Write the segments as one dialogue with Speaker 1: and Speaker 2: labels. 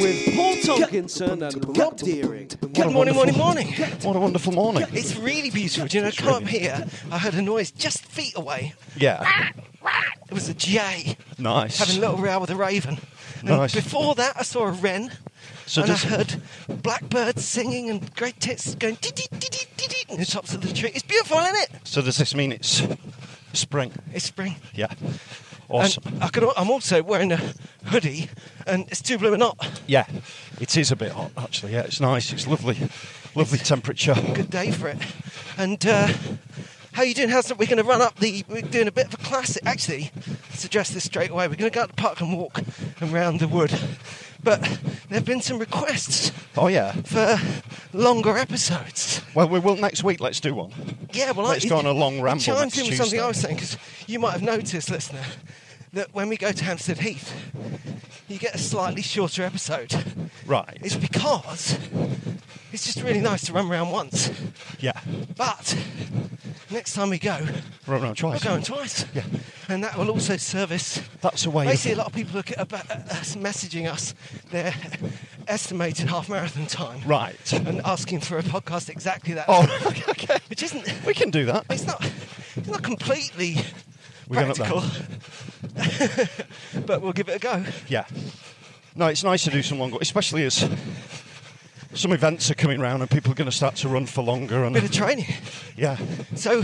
Speaker 1: with Paul Tomkinson and Rob Deering.
Speaker 2: Good morning, morning, morning.
Speaker 3: What a wonderful morning.
Speaker 2: It's really beautiful. Do you know, I come up here, I heard a noise just feet away.
Speaker 3: Yeah.
Speaker 2: It was a jay
Speaker 3: Nice.
Speaker 2: having a little row with a raven. And
Speaker 3: Nice.
Speaker 2: Before that, I saw a wren.
Speaker 3: So
Speaker 2: and I
Speaker 3: does-
Speaker 2: heard blackbirds singing and great tits going dee dee dee dee dee dee in the tops of the tree. It's beautiful, isn't it?
Speaker 3: So does this mean it's spring?
Speaker 2: It's spring.
Speaker 3: Yeah.
Speaker 2: And
Speaker 3: Awesome.
Speaker 2: I could, al- I'm also wearing a hoodie, and it's too blooming hot.
Speaker 3: yeah. It is a bit hot actually. Yeah, it's nice. It's lovely. Lovely temperature.
Speaker 2: Good day for it. And uh, how you doing? How's it? We're going to run up the. We're doing a bit of a classic. Actually, let's address this straight away. We're going to go out the park and walk and round the wood. But there have been some requests
Speaker 3: Oh yeah.
Speaker 2: for longer episodes.
Speaker 3: Well, we will next week. Let's do one.
Speaker 2: Yeah, well,
Speaker 3: Let's
Speaker 2: I,
Speaker 3: go on a long
Speaker 2: it
Speaker 3: ramble
Speaker 2: Chimes
Speaker 3: next
Speaker 2: in with something
Speaker 3: Tuesday.
Speaker 2: I was saying because you might have noticed, listener, that when we go to Hampstead Heath, you get a slightly shorter episode.
Speaker 3: Right.
Speaker 2: It's because it's just really nice to run around once.
Speaker 3: yeah.
Speaker 2: But next time we go,
Speaker 3: Run around
Speaker 2: we're
Speaker 3: twice.
Speaker 2: going twice.
Speaker 3: Yeah. Oh,
Speaker 2: And that will also service.
Speaker 3: That's a way of-
Speaker 2: Basically, a lot of people look at about, uh, us messaging us their estimated half marathon time.
Speaker 3: Right.
Speaker 2: And asking for a podcast exactly that.
Speaker 3: Oh,
Speaker 2: time,
Speaker 3: okay.
Speaker 2: Which isn't.
Speaker 3: We can do that.
Speaker 2: It's not. It's not completely
Speaker 3: We're going up there.
Speaker 2: practical. but we'll give it a go.
Speaker 3: Yeah. No, it's nice to do some longer, especially as some events are coming round and people are going to start to run for longer. And
Speaker 2: Bit of training.
Speaker 3: yeah,
Speaker 2: So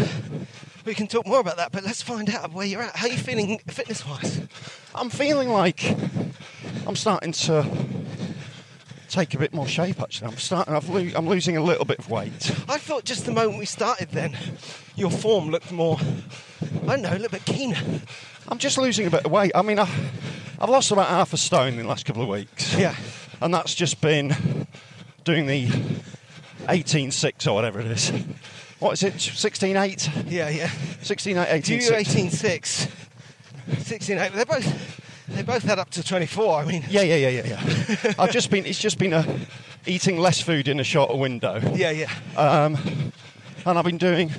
Speaker 2: we can talk more about that. But let's find out where you're at. How are you feeling fitness-wise?
Speaker 3: I'm feeling like I'm starting to take a bit more shape. Actually, I'm starting. I've lo- I'm losing a little bit of weight.
Speaker 2: I thought just the moment we started, then your form looked more, I don't know, a little bit keener.
Speaker 3: I'm just losing a bit of weight. I mean, I, I've lost about half a stone in the last couple of weeks.
Speaker 2: Yeah.
Speaker 3: and that's just been doing the 18.6 or whatever it is. What is it? 16.8,
Speaker 2: Yeah, yeah.
Speaker 3: 16.8,
Speaker 2: Do
Speaker 3: 18.6.
Speaker 2: you 18 6, 16 8. They both, they both had up to 24. I mean,
Speaker 3: Yeah, yeah, yeah, yeah, yeah. I've just been. It's just been a eating less food in a shorter window,
Speaker 2: yeah, yeah.
Speaker 3: and I've been doing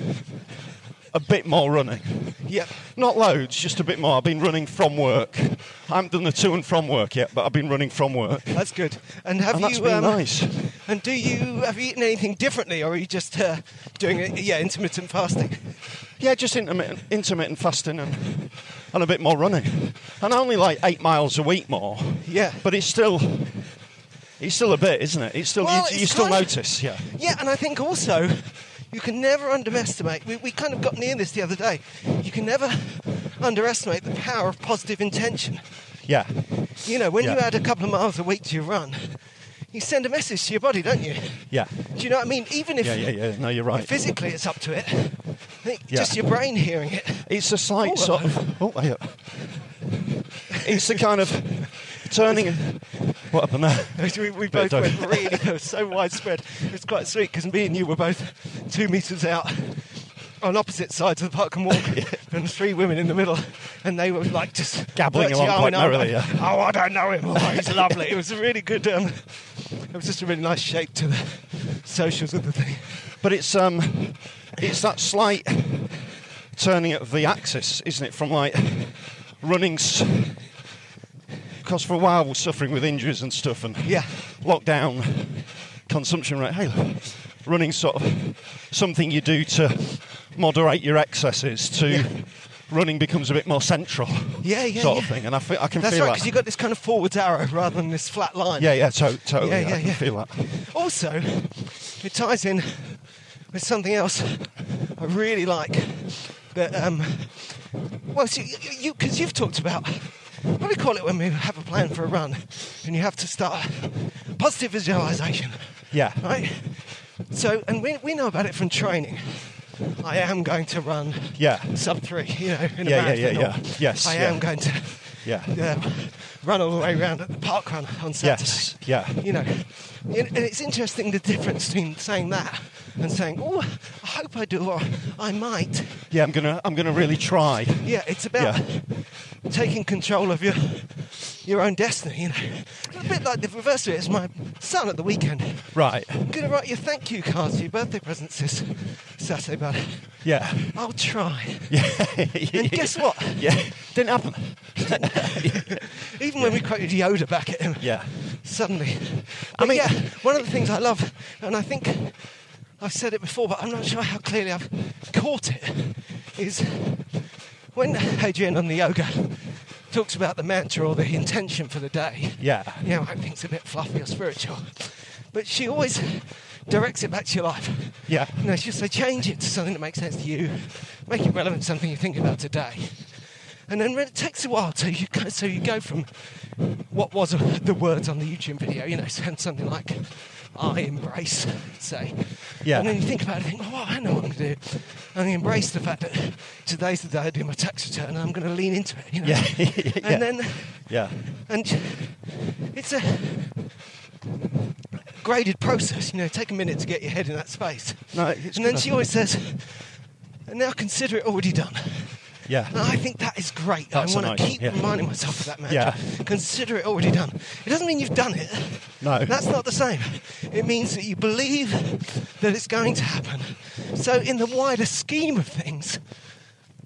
Speaker 3: a bit more running.
Speaker 2: yeah.
Speaker 3: Not loads, just a bit more. I've been running from work. I haven't done the to and from work yet, but I've been running from work,
Speaker 2: That's good. And have
Speaker 3: and that's
Speaker 2: you.
Speaker 3: been
Speaker 2: um,
Speaker 3: nice.
Speaker 2: And do you. Have you eaten anything differently, or are you just uh, doing, it, yeah, intermittent fasting?
Speaker 3: Yeah, just intermittent, intermittent fasting and and a bit more running, and only like eight miles a week more.
Speaker 2: Yeah.
Speaker 3: but it's still. It's still a bit, isn't it? It's still
Speaker 2: Well,
Speaker 3: you, you
Speaker 2: it's
Speaker 3: still
Speaker 2: kind of-
Speaker 3: notice, yeah.
Speaker 2: Yeah, and I think also you can never underestimate. We, we kind of got near this the other day. You can never underestimate the power of positive intention.
Speaker 3: Yeah.
Speaker 2: You know, when you
Speaker 3: Yeah.
Speaker 2: add a couple of miles a week to your run, you send a message to your body, don't you?
Speaker 3: Yeah.
Speaker 2: Do you know what I mean? Even if
Speaker 3: Yeah, yeah, yeah. No, you're right.
Speaker 2: physically it's up to it, I think
Speaker 3: Yeah.
Speaker 2: just your brain hearing it.
Speaker 3: It's a slight
Speaker 2: Oh,
Speaker 3: sort of. Oh, hey, up. It's the kind of turning. What happened there?
Speaker 2: We, we
Speaker 3: Bit
Speaker 2: both
Speaker 3: of
Speaker 2: went
Speaker 3: dope.
Speaker 2: really, it was so widespread. It was quite sweet because me and you were both two metres out on opposite sides of the park and walk, and three women in the middle. and they were like just
Speaker 3: Gabbling
Speaker 2: virtually
Speaker 3: along quite
Speaker 2: arm in arm,
Speaker 3: merrily,
Speaker 2: like,
Speaker 3: yeah.
Speaker 2: Oh, I don't know him. Oh, he's lovely. It was a really good. Um, it was just a really nice shape to the socials of the thing.
Speaker 3: But it's um, it's that slight turning of the axis, isn't it? From like running, because for a while we we're suffering with injuries and stuff, and
Speaker 2: Yeah.
Speaker 3: lockdown, consumption rate. Hey, look, running sort of something you do to moderate your excesses. To
Speaker 2: Yeah.
Speaker 3: running becomes a bit more central.
Speaker 2: Yeah, yeah,
Speaker 3: sort of
Speaker 2: yeah.
Speaker 3: thing. And I feel I can
Speaker 2: That's
Speaker 3: feel
Speaker 2: right,
Speaker 3: that.
Speaker 2: because you've got this kind of forwards arrow rather than this flat line.
Speaker 3: yeah, yeah, to- totally.
Speaker 2: Yeah,
Speaker 3: I
Speaker 2: yeah,
Speaker 3: can
Speaker 2: yeah.
Speaker 3: feel that.
Speaker 2: Also, it ties in with something else I really like. That um, well, see, you because you, have talked about what do we call it when we have a plan for a run and you have to start positive visualization.
Speaker 3: Yeah.
Speaker 2: Right. So, and we we know about it from training. I am going to run.
Speaker 3: Yeah.
Speaker 2: Sub three. You know. In
Speaker 3: Yeah,
Speaker 2: a
Speaker 3: yeah, yeah,
Speaker 2: marathon, or
Speaker 3: yeah. Yes,
Speaker 2: I
Speaker 3: yeah.
Speaker 2: am going to.
Speaker 3: Yeah.
Speaker 2: Yeah. Run all the way around at the park run on Saturday
Speaker 3: Yes. Yeah.
Speaker 2: you know. And and it's interesting the difference between saying that and saying, "Oh, I hope I do," or "I might."
Speaker 3: Yeah, I'm gonna I'm gonna really try.
Speaker 2: Yeah, it's about
Speaker 3: Yeah.
Speaker 2: taking control of your your own destiny. You know, a bit like the reverse of it is my son at the weekend.
Speaker 3: Right.
Speaker 2: I'm gonna write your thank you cards for your birthday presents this Saturday, bud.
Speaker 3: Yeah.
Speaker 2: I'll try.
Speaker 3: Yeah.
Speaker 2: And guess what?
Speaker 3: Yeah. Didn't happen.
Speaker 2: Even when we quoted Yoda back at him,
Speaker 3: Yeah.
Speaker 2: suddenly. I mean,
Speaker 3: mean-
Speaker 2: yeah, one of the things I love, and I think I've said it before, but I'm not sure how clearly I've caught it, is when Adrian on the yoga talks about the mantra or the intention for the day.
Speaker 3: Yeah.
Speaker 2: You know, I think it's a bit fluffy or spiritual. But she always directs it back to your life.
Speaker 3: Yeah.
Speaker 2: You know, she'll say change it to something that makes sense to you, make it relevant to something you're thinking about today. And then it takes a while to you go, so you go from what was the words on the YouTube video, you know, and something like I embrace, say.
Speaker 3: Yeah.
Speaker 2: And then you think about it, think, oh, I know what I'm going to do. And I embrace the fact that today's the day I do my tax return and I'm going to lean into it, you know.
Speaker 3: Yeah. Yeah.
Speaker 2: And then,
Speaker 3: Yeah.
Speaker 2: and it's a graded process, you know, take a minute to get your head in that space.
Speaker 3: No, it's
Speaker 2: and then
Speaker 3: good.
Speaker 2: she always says, and now consider it already done. And
Speaker 3: Yeah.
Speaker 2: I think that is great.
Speaker 3: That's
Speaker 2: I
Speaker 3: a
Speaker 2: want
Speaker 3: nice
Speaker 2: to
Speaker 3: one,
Speaker 2: keep
Speaker 3: yeah.
Speaker 2: reminding myself of that mantra.
Speaker 3: Yeah.
Speaker 2: Consider it already done. It doesn't mean you've done it.
Speaker 3: No.
Speaker 2: That's not the same. It means that you believe that it's going to happen. So, in the wider scheme of things,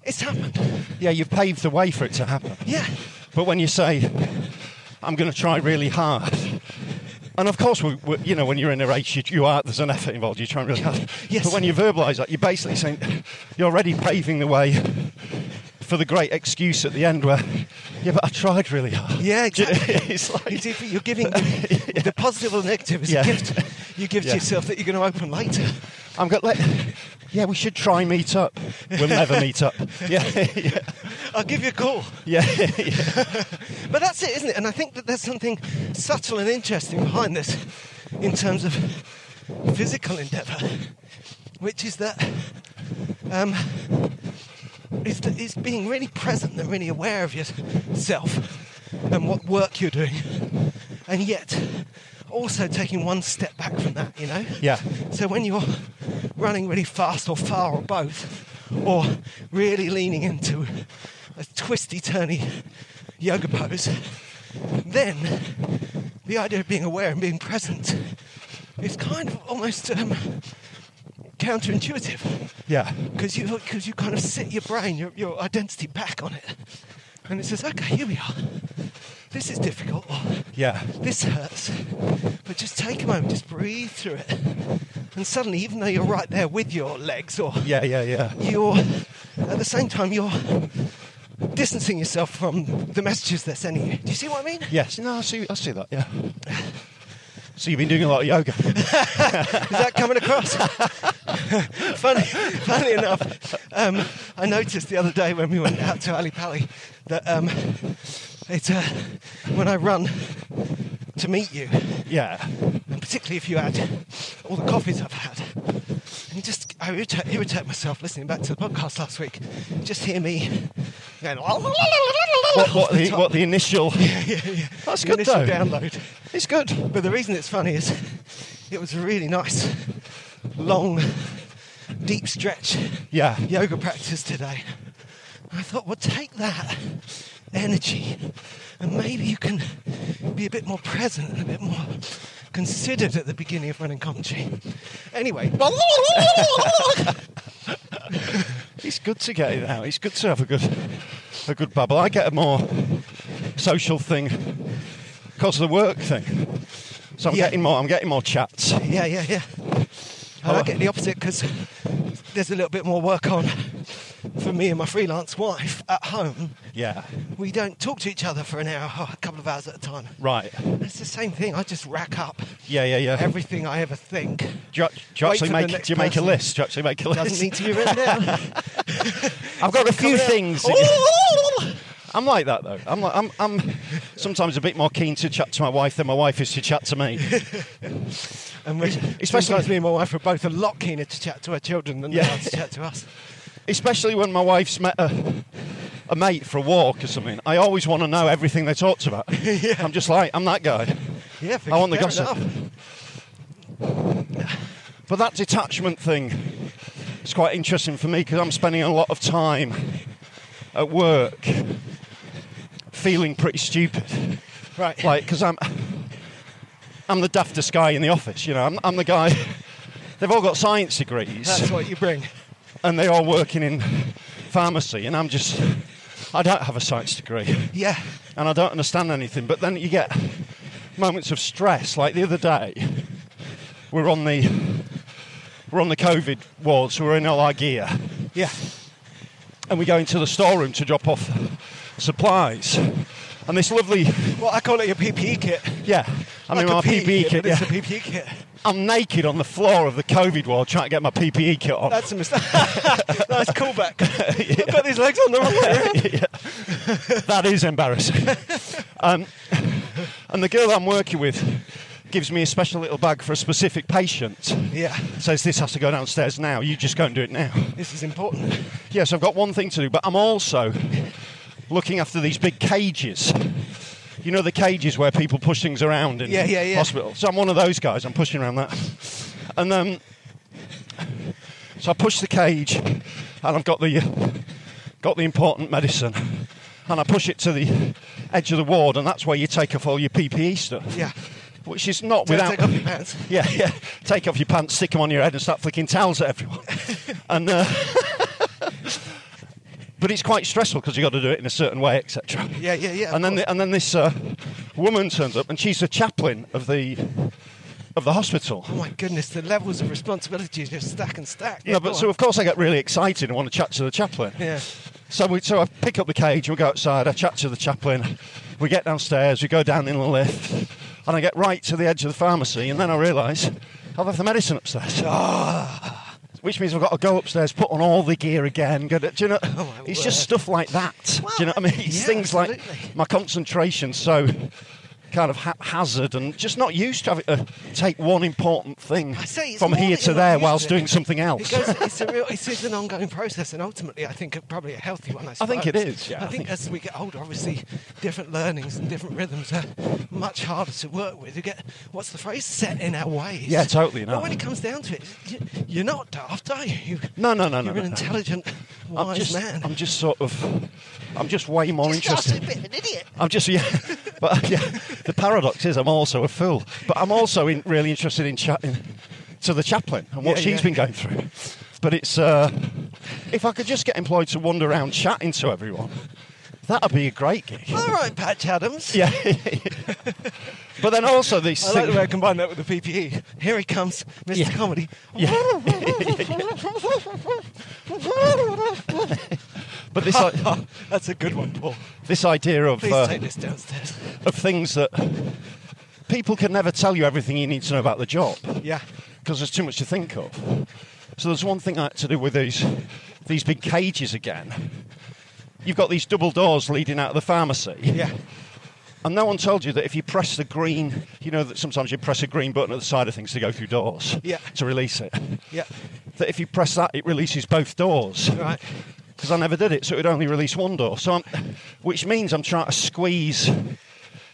Speaker 2: it's happened.
Speaker 3: Yeah, you paved the way for it to happen.
Speaker 2: Yeah.
Speaker 3: But when you say, I'm going to try really hard, and of course, we, we, you know, when you're in a race, you, you are, there's an effort involved, you're trying really hard.
Speaker 2: Yes.
Speaker 3: But when you verbalise that, you're basically saying, you're already paving the way for the great excuse at the end where, yeah, but I tried really hard.
Speaker 2: Yeah, exactly.
Speaker 3: it's
Speaker 2: You
Speaker 3: like,
Speaker 2: see, You're giving the positive or negative is
Speaker 3: Yeah.
Speaker 2: a gift you give
Speaker 3: Yeah.
Speaker 2: to yourself that you're going to open later.
Speaker 3: I'm going to let, yeah, we should try meet up. We'll never meet up. Yeah, yeah,
Speaker 2: I'll give you a call.
Speaker 3: yeah.
Speaker 2: But that's it, isn't it? And I think that there's something subtle and interesting behind this in terms of physical endeavour, which is that um, it's, that it's being really present and really aware of yourself and what work you're doing, and yet also taking one step back from that, you know?
Speaker 3: Yeah.
Speaker 2: So when you're running really fast or far or both, or really leaning into a twisty turny yoga pose, then the idea of being aware and being present is kind of almost um, counterintuitive
Speaker 3: Yeah.
Speaker 2: because you because you kind of set your brain your, your identity back on it, and it says, okay, here we are. This is difficult. or
Speaker 3: Yeah.
Speaker 2: this hurts. But just take a moment, just breathe through it. And suddenly, even though you're right there with your legs, or
Speaker 3: Yeah, yeah, yeah.
Speaker 2: you're at the same time, you're distancing yourself from the messages they're sending you. Do you see what I mean?
Speaker 3: Yes. No, I see. I see that. Yeah. So you've been doing a lot of yoga.
Speaker 2: Is that coming across? funny, funny enough, um, I noticed the other day when we went out to Ali Pali that um, it's uh, when I run to meet you,
Speaker 3: yeah.
Speaker 2: and particularly if you add all the coffees I've had. And just, I irritate, irritate myself listening back to the podcast last week. Just hear me going,
Speaker 3: What,
Speaker 2: off
Speaker 3: what, the,
Speaker 2: top.
Speaker 3: what the initial?
Speaker 2: yeah, yeah.
Speaker 3: That's
Speaker 2: The
Speaker 3: good
Speaker 2: initial
Speaker 3: though.
Speaker 2: download.
Speaker 3: It's good.
Speaker 2: But the reason it's funny is it was a really nice, long, deep stretch
Speaker 3: Yeah.
Speaker 2: yoga practice today. I thought, well, take that energy and maybe you can be a bit more present and a bit more considered at the beginning of running commentary. Anyway,
Speaker 3: It's good to get it out. It's good to have a good, a good babble. I get a more social thing because of the work thing. So I'm
Speaker 2: Yeah.
Speaker 3: getting more. I'm getting more chats.
Speaker 2: yeah, yeah, yeah. I like it the opposite because there's a little bit more work on for me and my freelance wife at home.
Speaker 3: Yeah.
Speaker 2: We don't talk to each other for an hour, a couple of hours at a time.
Speaker 3: Right.
Speaker 2: It's the same thing. I just rack up
Speaker 3: Yeah, yeah, yeah.
Speaker 2: everything I ever think.
Speaker 3: do you, do you
Speaker 2: Wait
Speaker 3: actually
Speaker 2: for the
Speaker 3: make? Do
Speaker 2: next
Speaker 3: you make a
Speaker 2: person.
Speaker 3: list? Do you actually make a list?
Speaker 2: Doesn't need to be written down.
Speaker 3: I've got a few
Speaker 2: Coming out.
Speaker 3: things. that you- I'm like that though. I'm like I'm. I'm sometimes a bit more keen to chat to my wife than my wife is to chat to me.
Speaker 2: And we,
Speaker 3: especially-
Speaker 2: especially me and my wife are both a lot keener to chat to our children than they
Speaker 3: Yeah.
Speaker 2: are to chat to us.
Speaker 3: Especially when my wife's met a, a mate for a walk or something. I always want to know everything they talked about. I'm just like I'm that guy.
Speaker 2: Yeah,
Speaker 3: I want the
Speaker 2: fair
Speaker 3: gossip.
Speaker 2: enough.
Speaker 3: But that detachment thing is quite interesting for me because I'm spending a lot of time at work feeling pretty stupid.
Speaker 2: Right.
Speaker 3: like because I'm I'm the daftest guy in the office. You know, I'm, I'm the guy. They've all got science degrees
Speaker 2: That's what you bring.
Speaker 3: and they're all working in pharmacy, and I'm just I don't have a science degree
Speaker 2: Yeah.
Speaker 3: and I don't understand anything. But then you get moments of stress. Like the other day, we're on the we're on the COVID ward, so we're in all our gear,
Speaker 2: Yeah.
Speaker 3: and we go into the storeroom to drop off supplies. And this lovely,
Speaker 2: Well, I call it your PPE kit.
Speaker 3: yeah, I mean
Speaker 2: Like a
Speaker 3: my PPE kit.
Speaker 2: but It's
Speaker 3: yeah.
Speaker 2: a E PPE kit.
Speaker 3: I'm naked on the floor of the COVID ward trying to get my PPE kit on.
Speaker 2: That's a mistake. nice callback. I've got these legs on the wrong way around.
Speaker 3: that is embarrassing. um, and the girl I'm working with gives me a special little bag for a specific patient.
Speaker 2: Yeah.
Speaker 3: Says this has to go downstairs now. You just go and do it now.
Speaker 2: This is important.
Speaker 3: Yes, I've got one thing to do, but I'm also looking after these big cages. You know the cages where people push things around in
Speaker 2: Yeah, yeah, yeah.
Speaker 3: hospital. So I'm one of those guys. I'm pushing around that, and um, so I push the cage, and I've got the got the important medicine, and I push it to the edge of the ward, and that's where you take off all your PPE stuff.
Speaker 2: Yeah.
Speaker 3: which is not
Speaker 2: Don't
Speaker 3: without
Speaker 2: take off your pants.
Speaker 3: yeah, yeah. Take off your pants, stick them on your head, and start flicking towels at everyone. and uh, but it's quite stressful because you got to do it in a certain way, etc.
Speaker 2: Yeah, yeah, yeah, of
Speaker 3: And then
Speaker 2: course.
Speaker 3: the, and then this uh, woman turns up, and she's the chaplain of the of the hospital.
Speaker 2: Oh my goodness, the levels of responsibility just stack and stack.
Speaker 3: no, but so of course I get really excited and want to chat to the chaplain.
Speaker 2: Yeah.
Speaker 3: So we so I pick up the cage and we go outside. I chat to the chaplain. We get downstairs. We go down in the lift, and I get right to the edge of the pharmacy, and then I realise I'll have the medicine upstairs. Ah! Which means I've got to go upstairs, put on all the gear again. Go to, do you know?
Speaker 2: Oh, my
Speaker 3: it's
Speaker 2: word.
Speaker 3: just stuff like that. do you know what I mean? It's
Speaker 2: yeah,
Speaker 3: things
Speaker 2: absolutely.
Speaker 3: like my concentration so kind of haphazard and just not used to having to take one important thing
Speaker 2: I say it's
Speaker 3: from
Speaker 2: more
Speaker 3: here
Speaker 2: that
Speaker 3: to
Speaker 2: you're not
Speaker 3: there
Speaker 2: used
Speaker 3: whilst
Speaker 2: to it.
Speaker 3: doing something else.
Speaker 2: It goes, it's a real, it is an ongoing process, and ultimately, I think probably a healthy one. I,
Speaker 3: I think it
Speaker 2: suppose.
Speaker 3: is, yeah,
Speaker 2: I,
Speaker 3: I
Speaker 2: think,
Speaker 3: think-
Speaker 2: as we get older, obviously, different learnings and different rhythms are much harder to work with. You get what's the phrase set in our ways.
Speaker 3: Yeah, totally, no.
Speaker 2: But when it comes down to it, you, you're not daft, are you? you
Speaker 3: No, no, no, no, no,
Speaker 2: You're an
Speaker 3: no.
Speaker 2: intelligent,
Speaker 3: I'm
Speaker 2: wise
Speaker 3: just,
Speaker 2: man.
Speaker 3: I'm just sort of, I'm just way more
Speaker 2: Just ask
Speaker 3: interested.
Speaker 2: a bit of an idiot.
Speaker 3: I'm just yeah, but yeah. The paradox is I'm also a fool, but I'm also in, really interested in chatting to the chaplain and what
Speaker 2: Yeah,
Speaker 3: she's
Speaker 2: yeah.
Speaker 3: been going through. But it's uh, if I could just get employed to wander around chatting to everyone, that'd be a great gig.
Speaker 2: All right, Patch Adams.
Speaker 3: Yeah. but then also these
Speaker 2: I like the
Speaker 3: things-
Speaker 2: way I combine that with the PPE. Here he comes, Mr.
Speaker 3: Yeah.
Speaker 2: Comedy.
Speaker 3: but this i-
Speaker 2: oh, That's a good one, Paul.
Speaker 3: this idea of
Speaker 2: Please
Speaker 3: uh,
Speaker 2: take this downstairs.
Speaker 3: of things that people can never tell you everything you need to know about the job
Speaker 2: Yeah.
Speaker 3: because there's too much to think of. So there's one thing I had to do with these these big cages again. You've got these double doors leading out of the pharmacy,
Speaker 2: Yeah.
Speaker 3: and no one told you that if you press the green, you know that sometimes you press a green button at the side of things to go through doors
Speaker 2: Yeah.
Speaker 3: to release it.
Speaker 2: Yeah.
Speaker 3: That if you press that, it releases both doors
Speaker 2: Right.
Speaker 3: because I never did it, so it would only release one door. So, I'm, which means I'm trying to squeeze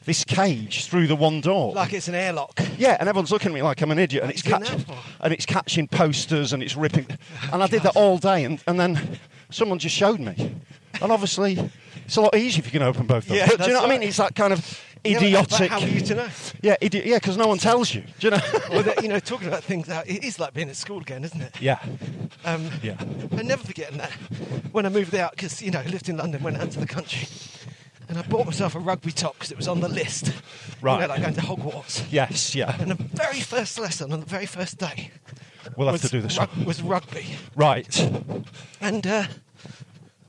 Speaker 3: this cage through the one door.
Speaker 2: Like it's an airlock.
Speaker 3: yeah, and everyone's looking at me like I'm an idiot, and it's
Speaker 2: you doing that
Speaker 3: catching,
Speaker 2: for?
Speaker 3: and it's catching posters, and it's ripping. And I did that all day, and, and then someone just showed me And obviously, it's a lot easier if you can open both of them.
Speaker 2: Yeah,
Speaker 3: but do you know
Speaker 2: that's
Speaker 3: what I
Speaker 2: right.
Speaker 3: mean? It's that kind of
Speaker 2: Yeah, but- but
Speaker 3: idiotic.
Speaker 2: how are you to know?
Speaker 3: Yeah, idi- yeah, because no one tells you. Do you know?
Speaker 2: Well, that- you know, talking about things that it is like being at school again, isn't it?
Speaker 3: yeah,
Speaker 2: Um,
Speaker 3: yeah.
Speaker 2: I'm never forgetting that when I moved out because you know I lived in London, went out to the country, and I bought myself a rugby top because it was on the list.
Speaker 3: Right.
Speaker 2: You know, like going to Hogwarts.
Speaker 3: Yes, yeah.
Speaker 2: And the very first lesson on the very first day
Speaker 3: We'll have
Speaker 2: was,
Speaker 3: to do this.
Speaker 2: rug- was rugby,
Speaker 3: Right.
Speaker 2: and uh,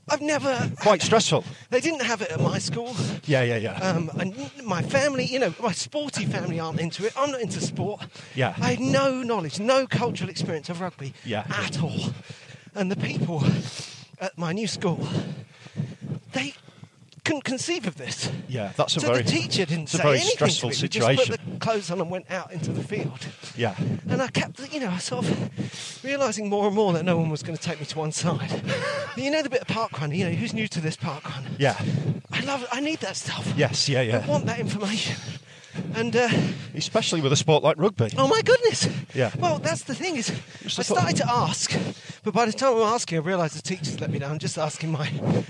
Speaker 2: I've never.
Speaker 3: Quite stressful.
Speaker 2: They didn't have it at my school.
Speaker 3: Yeah, yeah, yeah.
Speaker 2: Um, and my family, you know, my sporty family aren't into it. I'm not into sport.
Speaker 3: Yeah.
Speaker 2: I had no knowledge, no cultural experience of rugby
Speaker 3: Yeah.
Speaker 2: at all. And the people at my new school, they couldn't conceive of this.
Speaker 3: yeah, that's a
Speaker 2: so
Speaker 3: very
Speaker 2: the teacher didn't
Speaker 3: it's
Speaker 2: say
Speaker 3: a very
Speaker 2: anything
Speaker 3: stressful
Speaker 2: to me. He
Speaker 3: situation.
Speaker 2: Just put the clothes on and went out into the field.
Speaker 3: Yeah.
Speaker 2: And I kept, you know, I sort of realizing more and more that no one was going to take me to one side. you know the bit of park run. You know, who's new to this park run?
Speaker 3: Yeah.
Speaker 2: I love. I need that stuff.
Speaker 3: Yes, yeah,
Speaker 2: I
Speaker 3: yeah.
Speaker 2: want that information. And uh,
Speaker 3: Especially with a sport like rugby.
Speaker 2: oh my goodness!
Speaker 3: Yeah.
Speaker 2: Well, that's the thing is,
Speaker 3: Just
Speaker 2: I
Speaker 3: the thought-
Speaker 2: started to ask, but by the time I'm asking, I realise the teachers let me down. I'm just asking my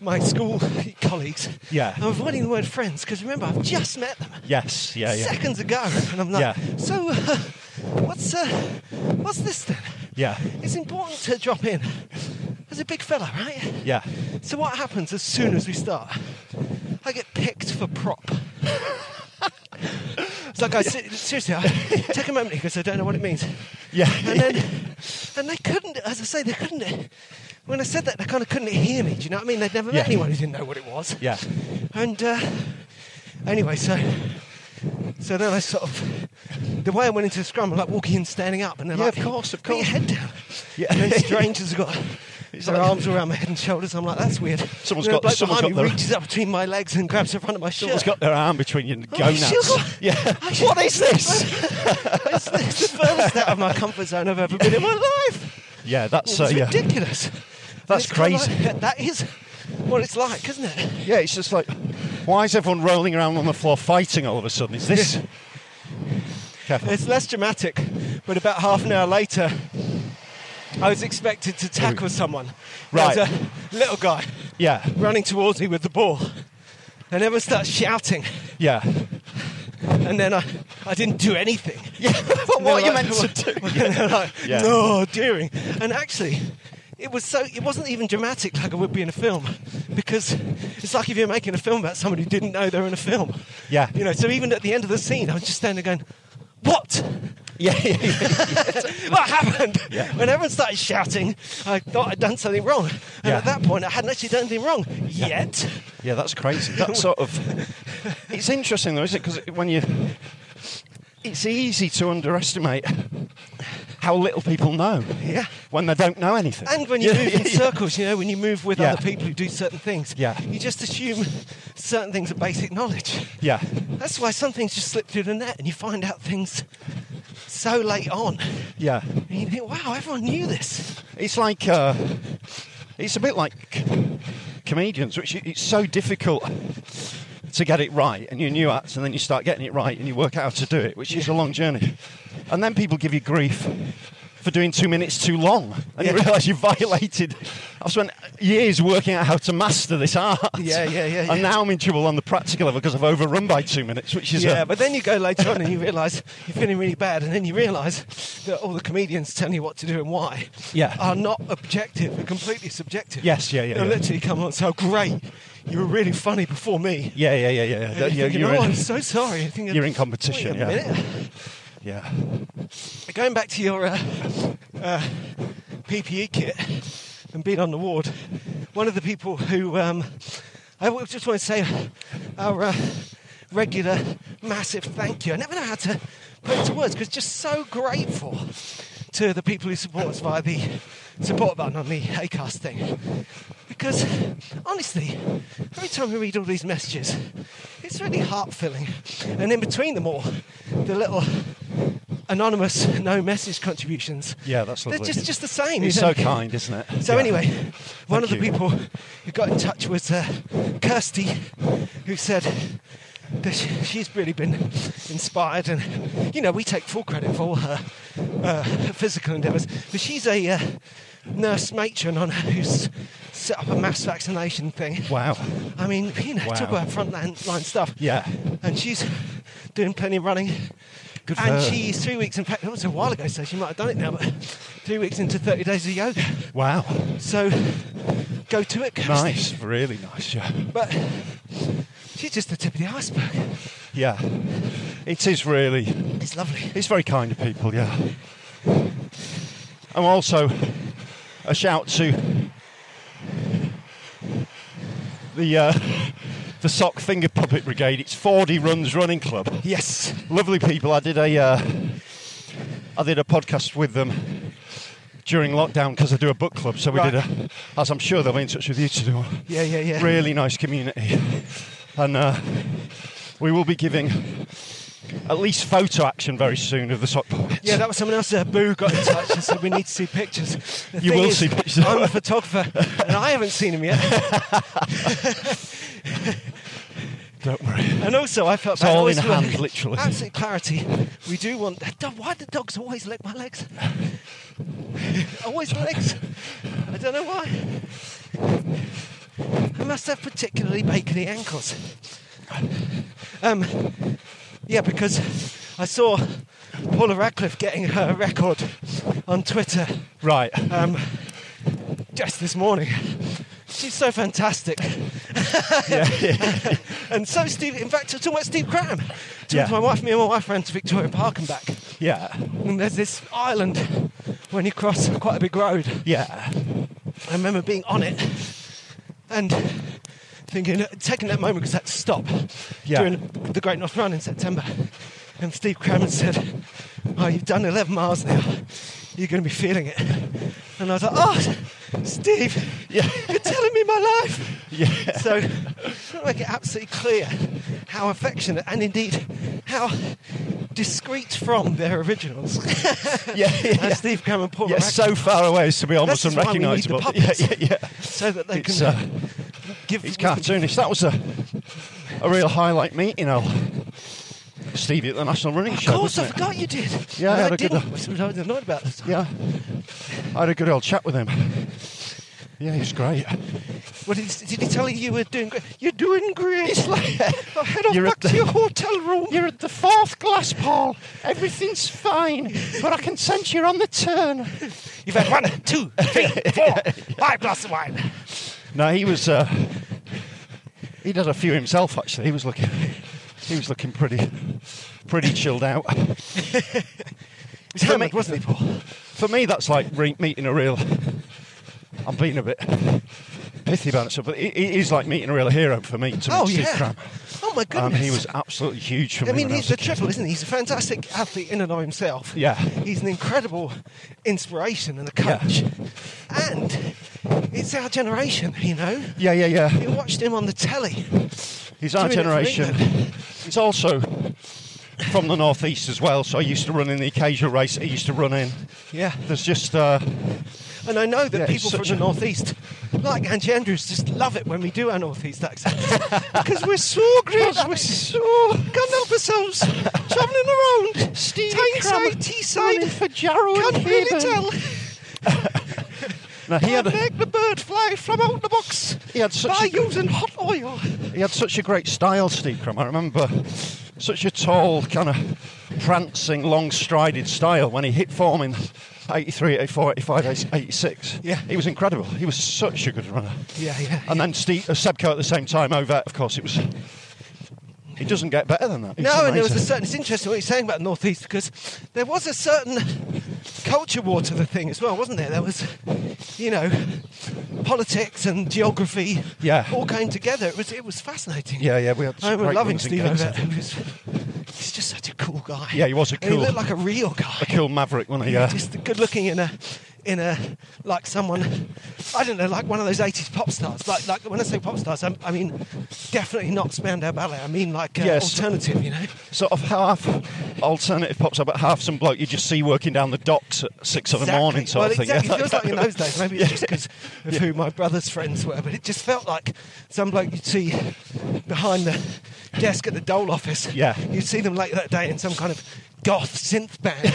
Speaker 2: my school colleagues.
Speaker 3: Yeah.
Speaker 2: I'm avoiding the word friends because remember I've just met them
Speaker 3: Yes, yeah, yeah.
Speaker 2: seconds ago, and I'm like,
Speaker 3: Yeah.
Speaker 2: so uh, what's uh, what's this then?
Speaker 3: Yeah,
Speaker 2: It's important to drop in. As a big fella, right?
Speaker 3: yeah.
Speaker 2: So what happens as soon as we start? I get picked for prop. it's like I se- seriously, I take a moment because I don't know what it means.
Speaker 3: Yeah.
Speaker 2: And then, and they couldn't, as I say, they couldn't. When I said that, they kind of couldn't hear me. Do you know what I mean? They'd never
Speaker 3: Yeah.
Speaker 2: met anyone who didn't know what it was.
Speaker 3: Yeah.
Speaker 2: And uh, anyway, so so then I sort of the way I went into the scrum, I'm like walking and standing up, and they're
Speaker 3: Yeah,
Speaker 2: like,
Speaker 3: of course, of
Speaker 2: "Put your
Speaker 3: course."
Speaker 2: head down."
Speaker 3: Yeah.
Speaker 2: And then strangers have got
Speaker 3: It's
Speaker 2: their
Speaker 3: like-
Speaker 2: arms around my head and shoulders. I'm like, "That's weird."
Speaker 3: Someone's
Speaker 2: And then
Speaker 3: got-
Speaker 2: a bloke
Speaker 3: someone's
Speaker 2: behind
Speaker 3: got
Speaker 2: me
Speaker 3: their-
Speaker 2: reaches up between my legs and grabs the front of my shirt.
Speaker 3: Someone's got their arm between your
Speaker 2: Oh,
Speaker 3: gonads.
Speaker 2: sure.
Speaker 3: Yeah.
Speaker 2: I should-
Speaker 3: What is this?
Speaker 2: it's, it's the furthest out of my comfort zone I've ever been in my life.
Speaker 3: Yeah, that's
Speaker 2: It's
Speaker 3: uh, yeah.
Speaker 2: ridiculous.
Speaker 3: That's
Speaker 2: It's kinda
Speaker 3: crazy.
Speaker 2: like- that is what it's like, isn't it?
Speaker 3: Yeah, it's just like, why is everyone rolling around on the floor fighting all of a sudden? Is this? Careful.
Speaker 2: It's less dramatic, but about half an hour later, I was expected to tackle someone.
Speaker 3: Right.
Speaker 2: There was a little guy
Speaker 3: Yeah,
Speaker 2: running towards me with the ball. And everyone starts shouting.
Speaker 3: yeah.
Speaker 2: And then I, I didn't do anything.
Speaker 3: Yeah, but
Speaker 2: And they're
Speaker 3: what are you
Speaker 2: like,
Speaker 3: meant to do?
Speaker 2: And they're like,
Speaker 3: Yeah.
Speaker 2: no, dearing. And actually, it was so it wasn't even dramatic like it would be in a film. Because it's like if you're making a film about someone who didn't know they're in a film.
Speaker 3: Yeah.
Speaker 2: You know, so even at the end of the scene, I was just standing there going, What?
Speaker 3: Yeah, yeah, yeah.
Speaker 2: what happened?
Speaker 3: Yeah.
Speaker 2: When everyone started shouting, I thought I'd done something wrong. And
Speaker 3: Yeah.
Speaker 2: at that point, I hadn't actually done anything wrong yet.
Speaker 3: Yeah, that's crazy. That sort of. It's interesting though, isn't it? Because when you. It's easy to underestimate how little people know.
Speaker 2: Yeah.
Speaker 3: When they don't know anything.
Speaker 2: And when you
Speaker 3: Yeah,
Speaker 2: move
Speaker 3: yeah,
Speaker 2: in
Speaker 3: yeah.
Speaker 2: circles, you know, when you move with
Speaker 3: Yeah.
Speaker 2: other people who do certain things,
Speaker 3: Yeah.
Speaker 2: you just assume certain things are basic knowledge.
Speaker 3: Yeah.
Speaker 2: That's why some things just slip through the net and you find out things so late on.
Speaker 3: Yeah.
Speaker 2: And you think, wow, everyone knew this.
Speaker 3: It's like. Uh, it's a bit like c- comedians, which i- it's so difficult to get it right, and you new acts, and then you start getting it right, and you work out how to do it, which is a long journey. And then people give you grief for doing two minutes too long, and you
Speaker 2: Yeah.
Speaker 3: realise you violated. I've spent years working out how to master this art.
Speaker 2: Yeah, yeah, yeah, yeah.
Speaker 3: And now I'm in trouble on the practical level because I've overrun by two minutes, which is
Speaker 2: Yeah,
Speaker 3: a,
Speaker 2: but then you go later on and you realise you're feeling really bad, and then you realise that all the comedians telling you what to do and why
Speaker 3: Yeah.
Speaker 2: are not objective, they're completely subjective.
Speaker 3: Yes, yeah, yeah,
Speaker 2: They'll
Speaker 3: yeah.
Speaker 2: literally come on and say, oh, great, you were really funny before me.
Speaker 3: yeah, yeah, yeah, yeah.
Speaker 2: And
Speaker 3: That-
Speaker 2: you're
Speaker 3: yeah,
Speaker 2: thinking,
Speaker 3: you're
Speaker 2: oh,
Speaker 3: in-
Speaker 2: I'm so sorry. You're, thinking,
Speaker 3: you're in
Speaker 2: "Wait a
Speaker 3: competition, yeah.
Speaker 2: minute."
Speaker 3: yeah,
Speaker 2: Going back to your uh, uh, PPE E kit and being on the ward, one of the people who um, I w- just want to say our uh, regular massive thank you. I never know how to put it to words because just so grateful to the people who support us via the support button on the ACAST thing. Because honestly, every time we read all these messages, it's really heart filling. And in between them all, the little anonymous no message contributions.
Speaker 3: Yeah, that's lovely.
Speaker 2: They're just, just the same.
Speaker 3: it's
Speaker 2: you know?
Speaker 3: so kind, isn't it?
Speaker 2: So
Speaker 3: Yeah.
Speaker 2: anyway, one of
Speaker 3: Thank
Speaker 2: the
Speaker 3: you.
Speaker 2: people who got in touch was uh, Kirsty, who said that sh- she's really been inspired, and you know we take full credit for all her, uh, her physical endeavours, but she's a uh, nurse matron on who's set up a mass vaccination thing.
Speaker 3: Wow.
Speaker 2: I mean, you know, talk
Speaker 3: Wow.
Speaker 2: about front line, line stuff.
Speaker 3: Yeah.
Speaker 2: And she's doing plenty of running.
Speaker 3: Good for
Speaker 2: and
Speaker 3: her.
Speaker 2: she's three weeks, in fact, it was a while ago, so she might have done it now, but three weeks into 30 days of yoga.
Speaker 3: Wow.
Speaker 2: So go to it, Kirsty.
Speaker 3: Nice. Really nice. Yeah.
Speaker 2: But she's just the tip of the iceberg.
Speaker 3: Yeah. It is really.
Speaker 2: It's lovely.
Speaker 3: It's very kind of people. Yeah. And also a shout to the uh, the sock finger puppet brigade. It's 4D Runs Running Club.
Speaker 2: Yes.
Speaker 3: lovely people. I did a uh, I did a podcast with them during lockdown because I do a book club. So we
Speaker 2: Right.
Speaker 3: did a, as I'm sure they'll be in touch with you to do. One.
Speaker 2: Yeah, yeah, yeah.
Speaker 3: Really nice community, and uh, we will be giving at least photo action very soon of the sock puppets.
Speaker 2: Yeah, that was someone else. Uh, Boo got in touch and said we need to see pictures. The
Speaker 3: You
Speaker 2: thing
Speaker 3: will
Speaker 2: is,
Speaker 3: see pictures.
Speaker 2: I'm a photographer and I haven't seen him yet.
Speaker 3: Don't worry.
Speaker 2: And also, I felt
Speaker 3: It's
Speaker 2: bad.
Speaker 3: all
Speaker 2: Always
Speaker 3: in
Speaker 2: for-
Speaker 3: hand, literally.
Speaker 2: Absolute clarity. We do want. Dog- Why do dogs always lick my legs? always legs. I don't know why. I must have particularly bacony ankles. Um, yeah, because I saw Paula Radcliffe getting her record on Twitter
Speaker 3: Right.
Speaker 2: um, just this morning. She's so fantastic and so Steve. In fact, I was talking about Steve Cram. Talking
Speaker 3: Yeah.
Speaker 2: to my wife, me and my wife ran to Victoria Park and back.
Speaker 3: Yeah.
Speaker 2: And there's this island when you cross quite a big road.
Speaker 3: Yeah.
Speaker 2: I remember being on it and thinking, taking that moment because I had to stop
Speaker 3: Yeah.
Speaker 2: during the Great North Run in September. And Steve Crammond said, Oh, you've done 11 miles now. You're going to be feeling it. And I was like, Oh, Steve,
Speaker 3: Yeah.
Speaker 2: you're telling me my life.
Speaker 3: Yeah.
Speaker 2: So, I want to make it absolutely clear how affectionate and indeed how discreet from their originals.
Speaker 3: Yeah.
Speaker 2: And Steve Cram and Paul
Speaker 3: Yeah,
Speaker 2: Radcliffe,
Speaker 3: so far away as to be almost
Speaker 2: This is why we need the
Speaker 3: unrecognisable.
Speaker 2: puppets.
Speaker 3: yeah, yeah, yeah.
Speaker 2: so that they
Speaker 3: It's,
Speaker 2: can
Speaker 3: uh,
Speaker 2: give
Speaker 3: It's cartoonish. That was a a real highlight meeting. I'll Stevie at the National Running
Speaker 2: Of
Speaker 3: Show.
Speaker 2: course, I
Speaker 3: wasn't it?
Speaker 2: forgot you did.
Speaker 3: Yeah, I
Speaker 2: No,
Speaker 3: had
Speaker 2: I
Speaker 3: a good
Speaker 2: didn't.
Speaker 3: one.
Speaker 2: That's what I was annoyed about this.
Speaker 3: Yeah, I had a good old chat with him. Yeah, he's great.
Speaker 2: What did, did he tell you you were doing great? You're doing great. It's like, oh, head off
Speaker 3: You're at
Speaker 2: back to
Speaker 3: the-
Speaker 2: your hotel room.
Speaker 3: You're at the fourth glass, Paul. Everything's fine, but I can sense you're on the turn.
Speaker 2: You've had one, two, three, four, five glasses of wine.
Speaker 3: No, he was. Uh, he did a few himself. Actually, he was looking. He was looking pretty, pretty chilled out.
Speaker 2: He's hammered, wasn't he, Paul?
Speaker 3: For me, that's like re- meeting a real. I'm being a bit pithy about it, so- but it, it is like meeting a real hero for me. To meet
Speaker 2: Oh,
Speaker 3: Steve
Speaker 2: yeah.
Speaker 3: Cram.
Speaker 2: Oh, my
Speaker 3: Um,
Speaker 2: goodness.
Speaker 3: he was absolutely huge for me.
Speaker 2: I mean,
Speaker 3: when
Speaker 2: he's
Speaker 3: was
Speaker 2: the triple, isn't he? He's a fantastic athlete in and of himself.
Speaker 3: Yeah.
Speaker 2: He's an incredible inspiration and a coach. And it's our generation, you know?
Speaker 3: Yeah, yeah,
Speaker 2: You
Speaker 3: yeah.
Speaker 2: watched him on the telly.
Speaker 3: He's our
Speaker 2: doing it for
Speaker 3: generation. He's also from the northeast as well, so I used to run in the occasional race. I used to run in.
Speaker 2: Yeah.
Speaker 3: There's just uh,
Speaker 2: And I know that
Speaker 3: Yeah, it's
Speaker 2: people from
Speaker 3: such
Speaker 2: the
Speaker 3: a-
Speaker 2: northeast, like Angie Andrews, just love it when we do our northeast accents. because we're so great. We're so. Can't help ourselves. Travelling around.
Speaker 3: Steve
Speaker 2: Tyneside,
Speaker 3: Cram
Speaker 2: Teesside.
Speaker 3: running for Jarrow and
Speaker 2: Can't really
Speaker 3: Hebburn.
Speaker 2: tell.
Speaker 3: now he
Speaker 2: Can't
Speaker 3: had
Speaker 2: make the bird fly from out the box.
Speaker 3: he had such
Speaker 2: by
Speaker 3: a,
Speaker 2: using hot oil.
Speaker 3: he had such a great style, Steve Crum. I remember such a tall, kind of prancing, long strided style when he hit form in 83, 84, 85, 86.
Speaker 2: Yeah.
Speaker 3: He was incredible. He was such a good runner.
Speaker 2: Yeah, yeah.
Speaker 3: And then Steve, uh, Sebco at the same time over, of course, it was. He doesn't get better than that. He's
Speaker 2: no, and there was a
Speaker 3: amazing.
Speaker 2: certain. It's interesting what you're saying about the northeast because there was a certain culture war to the thing as well, wasn't there? There was, you know, politics and geography.
Speaker 3: Yeah.
Speaker 2: all came together. It was it was fascinating.
Speaker 3: Yeah, yeah, we had.
Speaker 2: I remember
Speaker 3: great
Speaker 2: loving
Speaker 3: runs in
Speaker 2: Steve
Speaker 3: games,
Speaker 2: Ovett.
Speaker 3: I think.
Speaker 2: He was- He's just such a cool guy.
Speaker 3: Yeah, he was a
Speaker 2: And
Speaker 3: cool-
Speaker 2: he looked like a real guy.
Speaker 3: A cool maverick, wasn't he? Yeah.
Speaker 2: Just good looking in a, in a, like someone, I don't know, like one of those 80s pop stars. Like, like when I say pop stars, I'm, I mean definitely not Spandau Ballet. I mean like uh,
Speaker 3: Yes.
Speaker 2: alternative, you know?
Speaker 3: Sort of half alternative pops up, but half some bloke you just see working down the docks at six in the
Speaker 2: Exactly.
Speaker 3: morning sort
Speaker 2: well,
Speaker 3: of thing.
Speaker 2: Exactly.
Speaker 3: Yeah.
Speaker 2: It feels like in those days. Maybe it's just because of who my brother's friends were, but it just felt like some bloke you'd see behind the desk at the Dole office.
Speaker 3: Yeah.
Speaker 2: You'd see them late that day in some kind of goth synth band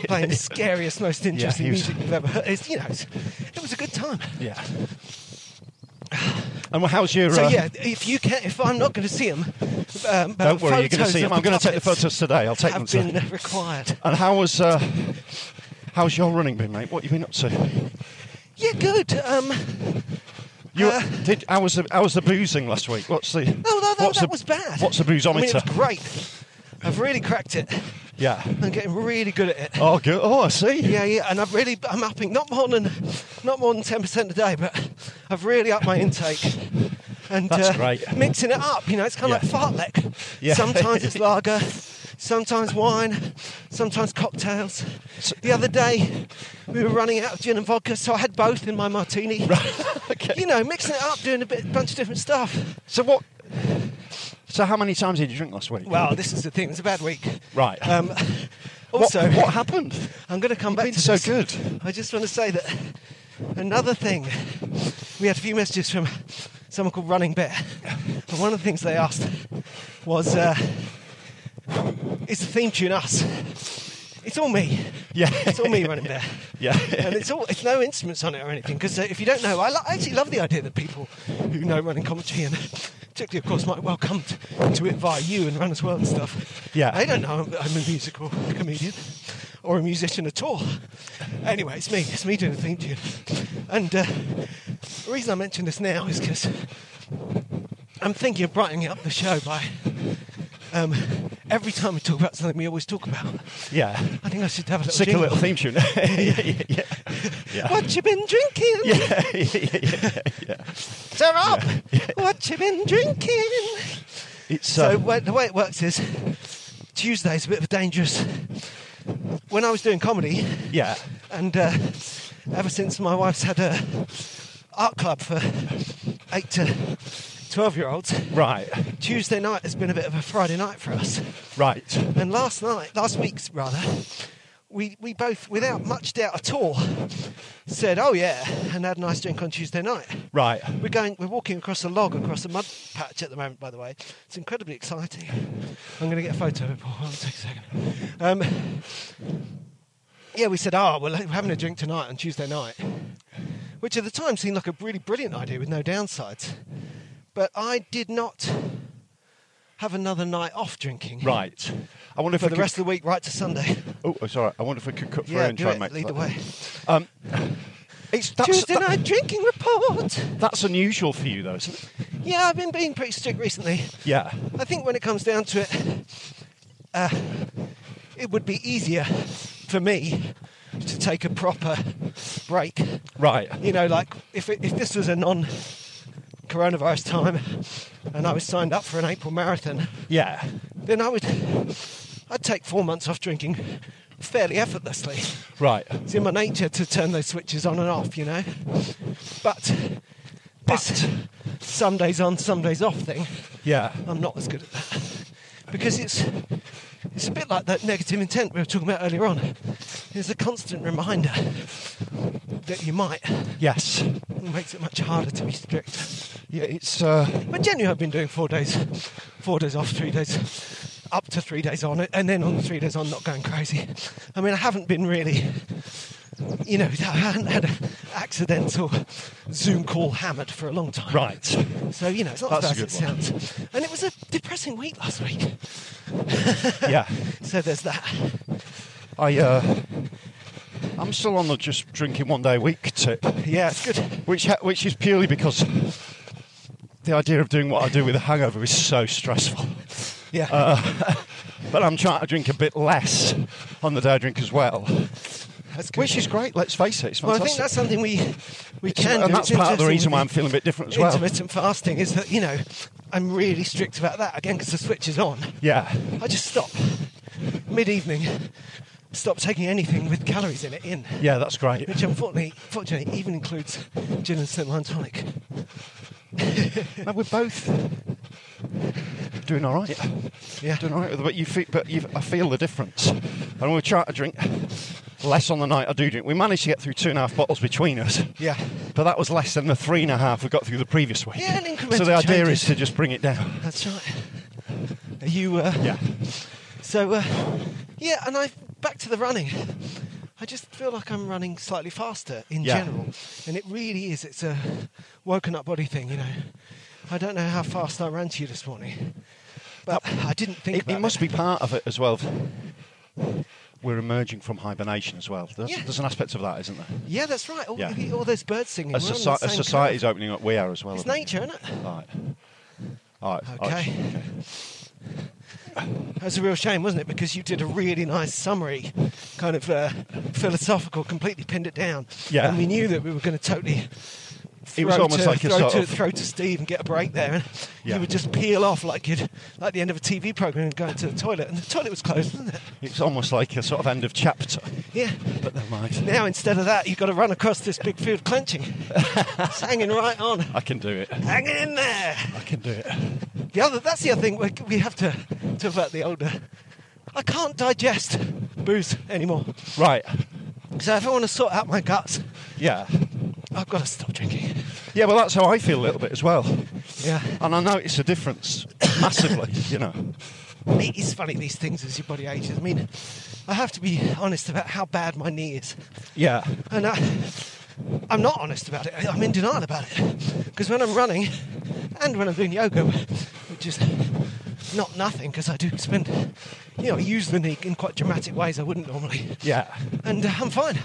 Speaker 2: playing the scariest, most interesting
Speaker 3: he was-
Speaker 2: music you've ever heard. It's, you know, it's, it was a good time.
Speaker 3: yeah. And how's your?
Speaker 2: So
Speaker 3: uh,
Speaker 2: yeah, if you can, if I'm not going to see them, um,
Speaker 3: Don't worry, you're going to see
Speaker 2: them.
Speaker 3: them. I'm going to take the photos today. I'll take them.
Speaker 2: Have
Speaker 3: today.
Speaker 2: been required.
Speaker 3: And how was uh, how's your running been, mate? What have you been up to?
Speaker 2: Yeah, good. Um,
Speaker 3: You
Speaker 2: Uh,
Speaker 3: did. How was the how was the boozing last week? What's the?
Speaker 2: oh, no, that,
Speaker 3: what's
Speaker 2: that
Speaker 3: the-
Speaker 2: was bad.
Speaker 3: What's the
Speaker 2: I mean, it was
Speaker 3: boozometer?
Speaker 2: great. I've really cracked it.
Speaker 3: yeah.
Speaker 2: I'm getting really good at it.
Speaker 3: Oh, good. Oh, I see.
Speaker 2: Yeah, yeah, and I've really I'm upping not more than not more than ten percent a day, but I've really upped my intake. And uh,
Speaker 3: That's great.
Speaker 2: mixing it up, you know, it's kind of
Speaker 3: Yeah.
Speaker 2: like fartlek.
Speaker 3: Yeah.
Speaker 2: Sometimes it's lager, sometimes wine, sometimes cocktails. The other day we were running out of gin and vodka, so I had both in my martini.
Speaker 3: Okay.
Speaker 2: You know, mixing it up, doing a bit, bunch of different stuff.
Speaker 3: So what? So how many times did you drink last week?
Speaker 2: Well, this is the thing. It was a bad week.
Speaker 3: right.
Speaker 2: Um,
Speaker 3: what,
Speaker 2: also,
Speaker 3: what happened?
Speaker 2: I'm going to come back
Speaker 3: been
Speaker 2: to
Speaker 3: so
Speaker 2: this.
Speaker 3: good.
Speaker 2: I just want to say that another thing, we had a few messages from someone called Running Bear, and one of the things they asked was, uh, "Is the theme tune us?" It's all me.
Speaker 3: Yeah.
Speaker 2: It's all me, Running Bear.
Speaker 3: Yeah.
Speaker 2: And it's all it's no instruments on it or anything because uh, if you don't know, I, lo- I actually love the idea that people who know running commentary and particularly, of course, might well come t- to it via you and Runners World and stuff.
Speaker 3: Yeah.
Speaker 2: I don't know. I'm, I'm a musical comedian or a musician at all. Anyway, it's me. It's me doing a theme tune. And uh, the reason I mention this now is because I'm thinking of brightening up the show by. Um, every time we talk about something we always talk about,
Speaker 3: Yeah.
Speaker 2: I think I should have a little
Speaker 3: Sick a
Speaker 2: jingle.
Speaker 3: little theme tune. yeah, yeah, yeah. Yeah.
Speaker 2: What you been drinking? Sir Rob, what you been drinking?
Speaker 3: It's uh,
Speaker 2: So wh- the way it works is Tuesday's a bit of a dangerous. When I was doing comedy,
Speaker 3: yeah.
Speaker 2: and uh, ever since my wife's had a art club for eight to twelve year olds,
Speaker 3: Right.
Speaker 2: Tuesday night has been a bit of a Friday night for us.
Speaker 3: Right.
Speaker 2: And last night, last week's rather, we, we both, without much doubt at all, said, "Oh yeah," and had a nice drink on Tuesday night.
Speaker 3: Right.
Speaker 2: We're going. We're walking across a log, across a mud patch at the moment. By the way, it's incredibly exciting. I'm going to get a photo of it. Paul. Hold on, take a second. Um, yeah, we said, "Oh, well, we're having a drink tonight on Tuesday night," which at the time seemed like a really brilliant idea with no downsides. But I did not have another night off drinking.
Speaker 3: Right. I wonder if
Speaker 2: For
Speaker 3: I
Speaker 2: the
Speaker 3: could,
Speaker 2: rest of the week, right to Sunday.
Speaker 3: Oh, it's all right. I wonder if we could cut through
Speaker 2: Yeah,
Speaker 3: and
Speaker 2: do
Speaker 3: try
Speaker 2: it.
Speaker 3: and make
Speaker 2: Lead the
Speaker 3: that.
Speaker 2: way.
Speaker 3: Um, it's that's,
Speaker 2: Tuesday
Speaker 3: that-
Speaker 2: night drinking report.
Speaker 3: That's unusual for you, though, isn't it?
Speaker 2: Yeah, I've been being pretty strict recently.
Speaker 3: Yeah.
Speaker 2: I think when it comes down to it, uh, it would be easier for me to take a proper break.
Speaker 3: Right.
Speaker 2: You know, like if, it, if this was a non coronavirus time and I was signed up for an April marathon,
Speaker 3: Yeah.
Speaker 2: then I would I'd take four months off drinking fairly effortlessly.
Speaker 3: Right.
Speaker 2: It's in my nature to turn those switches on and off, you know. But this some days on, some days off thing,
Speaker 3: Yeah.
Speaker 2: I'm not as good at that because it's it's a bit like that negative intent we were talking about earlier on. It's a constant reminder that you might.
Speaker 3: Yes.
Speaker 2: It makes it much harder to be strict.
Speaker 3: Yeah. It's. Uh,
Speaker 2: But generally, I've been doing four days, four days off, three days, up to three days on, and then on the three days on, not going crazy. I mean, I haven't been really, you know, I haven't had an accidental Zoom call hammered for a long time.
Speaker 3: right.
Speaker 2: So you know, it's not
Speaker 3: That's
Speaker 2: as bad
Speaker 3: a
Speaker 2: as it
Speaker 3: good one.
Speaker 2: sounds. And it was a depressing week last week.
Speaker 3: Yeah.
Speaker 2: So there's that.
Speaker 3: I. Uh, I'm still on the just drinking one day a week tip,
Speaker 2: Yeah, it's good.
Speaker 3: which ha- which is purely because the idea of doing what I do with a hangover is so stressful.
Speaker 2: Yeah.
Speaker 3: But I'm trying to drink a bit less on the day I drink as well,
Speaker 2: that's good.
Speaker 3: which is great. Let's face it, it's
Speaker 2: well, I
Speaker 3: fantastic.
Speaker 2: think that's something we we can do.
Speaker 3: and that's
Speaker 2: It's
Speaker 3: part of the
Speaker 2: interesting
Speaker 3: reason
Speaker 2: with
Speaker 3: why I'm feeling a bit different as well.
Speaker 2: intermittent fasting is that you know I'm really strict about that again because the switch is on.
Speaker 3: Yeah.
Speaker 2: I just stop mid-evening, stop taking anything with calories in it in,
Speaker 3: Yeah, that's great.
Speaker 2: which unfortunately, fortunately, even includes gin and slim and tonic.
Speaker 3: No, we're both doing all right.
Speaker 2: Yeah.
Speaker 3: Doing all right. But you feel, but you, I feel the difference. And we try to drink less on the night I do drink. We managed to get through two and a half bottles between us.
Speaker 2: Yeah.
Speaker 3: But that was less than the three and a half we got through the previous week.
Speaker 2: Yeah, and
Speaker 3: So the
Speaker 2: incremental
Speaker 3: idea
Speaker 2: changes.
Speaker 3: is to just bring it down.
Speaker 2: That's right. Are you? Uh,
Speaker 3: Yeah.
Speaker 2: So, uh, yeah, and I back to the running. I just feel like I'm running slightly faster in
Speaker 3: Yeah.
Speaker 2: general, and it really is. It's a woken up body thing, you know. I don't know how fast I ran to you this morning, but I didn't think
Speaker 3: It,
Speaker 2: about
Speaker 3: it must be part of it as well. We're emerging from hibernation as well. There's,
Speaker 2: Yeah.
Speaker 3: there's an aspect of that, isn't there?
Speaker 2: Yeah, that's right. All,
Speaker 3: Yeah.
Speaker 2: all those birds singing.
Speaker 3: As
Speaker 2: we're on the
Speaker 3: soci-
Speaker 2: same
Speaker 3: as
Speaker 2: curve.
Speaker 3: society's opening up, we are as well.
Speaker 2: It's
Speaker 3: I think.
Speaker 2: nature, isn't it?
Speaker 3: Right. All right. all right.
Speaker 2: Okay. That's a real shame, wasn't it? Because you did a really nice summary, kind of uh, philosophical, completely pinned it down.
Speaker 3: Yeah.
Speaker 2: And we knew that we were going to totally.
Speaker 3: It was
Speaker 2: throw
Speaker 3: almost
Speaker 2: to,
Speaker 3: like a
Speaker 2: throw
Speaker 3: sort
Speaker 2: to,
Speaker 3: of-
Speaker 2: throw to Steve and get a break there. And
Speaker 3: Yeah.
Speaker 2: You would just peel off like you'd like the end of a TV program and go to the toilet, and the toilet was closed, wasn't it?
Speaker 3: It's almost like a sort of end of chapter.
Speaker 2: Yeah.
Speaker 3: But never mind.
Speaker 2: Now instead of that, you've got to run across this big field clenching, it's hanging right on,
Speaker 3: I can do it.
Speaker 2: hanging in there.
Speaker 3: I can do it.
Speaker 2: The other, that's the other thing we, we have to talk about the older. I can't digest booze anymore.
Speaker 3: Right.
Speaker 2: So if I want to sort out my guts,
Speaker 3: Yeah.
Speaker 2: I've got to stop drinking.
Speaker 3: Yeah, well, that's how I feel a little bit as well.
Speaker 2: Yeah.
Speaker 3: And I notice a difference massively, you know.
Speaker 2: It is funny, these things, as your body ages. I mean, I have to be honest about how bad my knee is.
Speaker 3: Yeah.
Speaker 2: And I, I'm not honest about it. I'm in denial about it. Because when I'm running and when I'm doing yoga, which is not nothing, because I do spend, you know, I use the knee in quite dramatic ways I wouldn't normally.
Speaker 3: Yeah.
Speaker 2: and uh, I'm fine.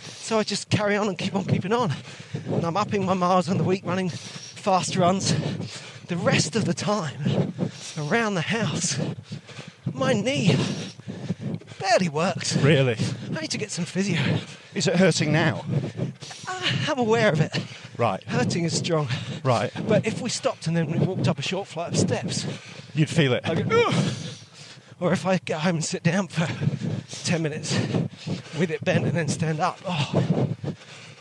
Speaker 2: So I just carry on and keep on keeping on. And I'm upping my miles on the week, running fast runs. The rest of the time, around the house, my knee barely works.
Speaker 3: Really?
Speaker 2: I need to get some physio.
Speaker 3: Is it hurting now?
Speaker 2: I'm aware of it.
Speaker 3: Right.
Speaker 2: Hurting is strong.
Speaker 3: Right.
Speaker 2: But if we stopped and then we walked up a short flight of steps,
Speaker 3: You'd feel it.
Speaker 2: I go, "Ugh." or if I get home and sit down for 10 minutes with it bent and then stand up, oh,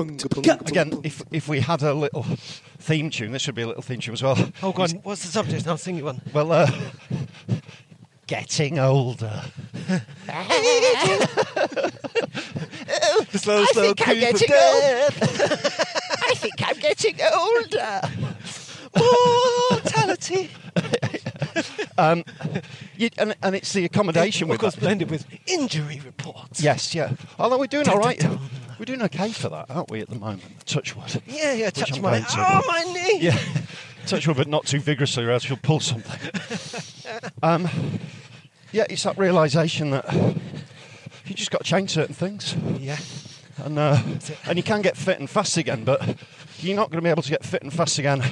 Speaker 3: Again, if, if we had a little theme tune, this would be a little theme tune as well.
Speaker 2: Oh, God, what's the subject? I'll sing you one.
Speaker 3: Well, uh, getting older.
Speaker 2: The slow, slow creep of
Speaker 3: I think I'm getting older.
Speaker 2: Mortality.
Speaker 3: Um, you, and, and it's the accommodation
Speaker 2: Of
Speaker 3: with
Speaker 2: course,
Speaker 3: that.
Speaker 2: blended with injury reports.
Speaker 3: Yes, yeah. Although we're doing
Speaker 2: Dun,
Speaker 3: all
Speaker 2: dun,
Speaker 3: right.
Speaker 2: dun.
Speaker 3: We're doing okay for that, aren't we, at the moment? Touch wood.
Speaker 2: Yeah, yeah,
Speaker 3: Which
Speaker 2: touch
Speaker 3: I'm
Speaker 2: my
Speaker 3: going to.
Speaker 2: Oh, my knee.
Speaker 3: Yeah. Touch wood, but not too vigorously, or else you'll pull something. um, yeah, it's that realization that you just got to change certain things.
Speaker 2: Yeah.
Speaker 3: And, uh,
Speaker 2: it.
Speaker 3: and you can get fit and fast again, but you're not going to be able to get fit and fast again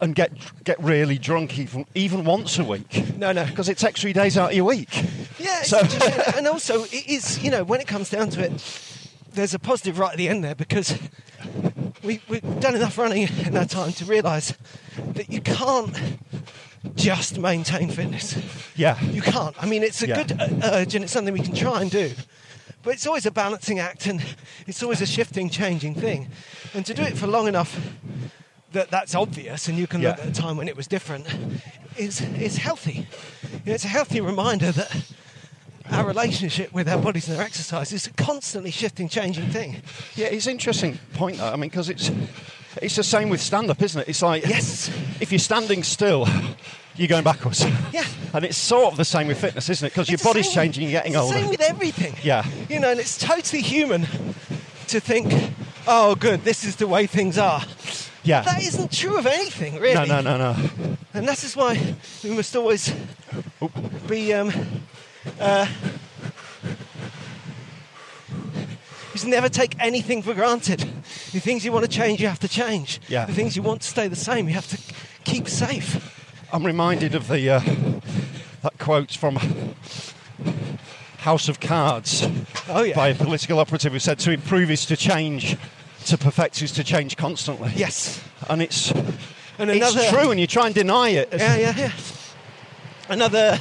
Speaker 3: and get get really drunk even even once a week.
Speaker 2: No, no.
Speaker 3: Because it takes three days out of your week.
Speaker 2: Yeah, it's
Speaker 3: So-
Speaker 2: just- and also it is you know when it comes down to it, there's a positive right at the end there because we, we've done enough running in that time to realise that you can't just maintain fitness.
Speaker 3: Yeah.
Speaker 2: You can't. I mean, it's a
Speaker 3: Yeah.
Speaker 2: good uh, urge and it's something we can try and do, But it's always a balancing act and it's always a shifting, changing thing. And to do it for long enough that that's obvious and you can look
Speaker 3: Yeah.
Speaker 2: at a time when it was different is, is healthy. You know, it's a healthy reminder that our relationship with our bodies and our exercise is a constantly shifting, changing thing.
Speaker 3: Yeah, it's interesting point that. I mean, because it's it's the same with stand up, isn't it? It's like
Speaker 2: Yes.
Speaker 3: if you're standing still, you're going backwards.
Speaker 2: Yeah.
Speaker 3: and it's sort of the same with fitness, isn't it? Because your
Speaker 2: It's the
Speaker 3: body's
Speaker 2: same-
Speaker 3: changing, you're getting
Speaker 2: it's
Speaker 3: older.
Speaker 2: The same with everything.
Speaker 3: Yeah.
Speaker 2: You know, and it's totally human to think, oh, good, this is the way things are.
Speaker 3: Yeah.
Speaker 2: That isn't true of anything, really.
Speaker 3: no, no, no, no.
Speaker 2: And this is why we must always be. Um, uh, just never take anything for granted. The things you want to change, you have to change.
Speaker 3: Yeah.
Speaker 2: The things you want to stay the same, you have to keep safe.
Speaker 3: I'm reminded of the uh, that quote from House of Cards
Speaker 2: Oh, yeah.
Speaker 3: by a political operative who said, "To improve is to change, to perfect is to change constantly."
Speaker 2: Yes.
Speaker 3: and it's
Speaker 2: And
Speaker 3: it's true, and you try and deny it.
Speaker 2: Yeah, yeah, yeah. Another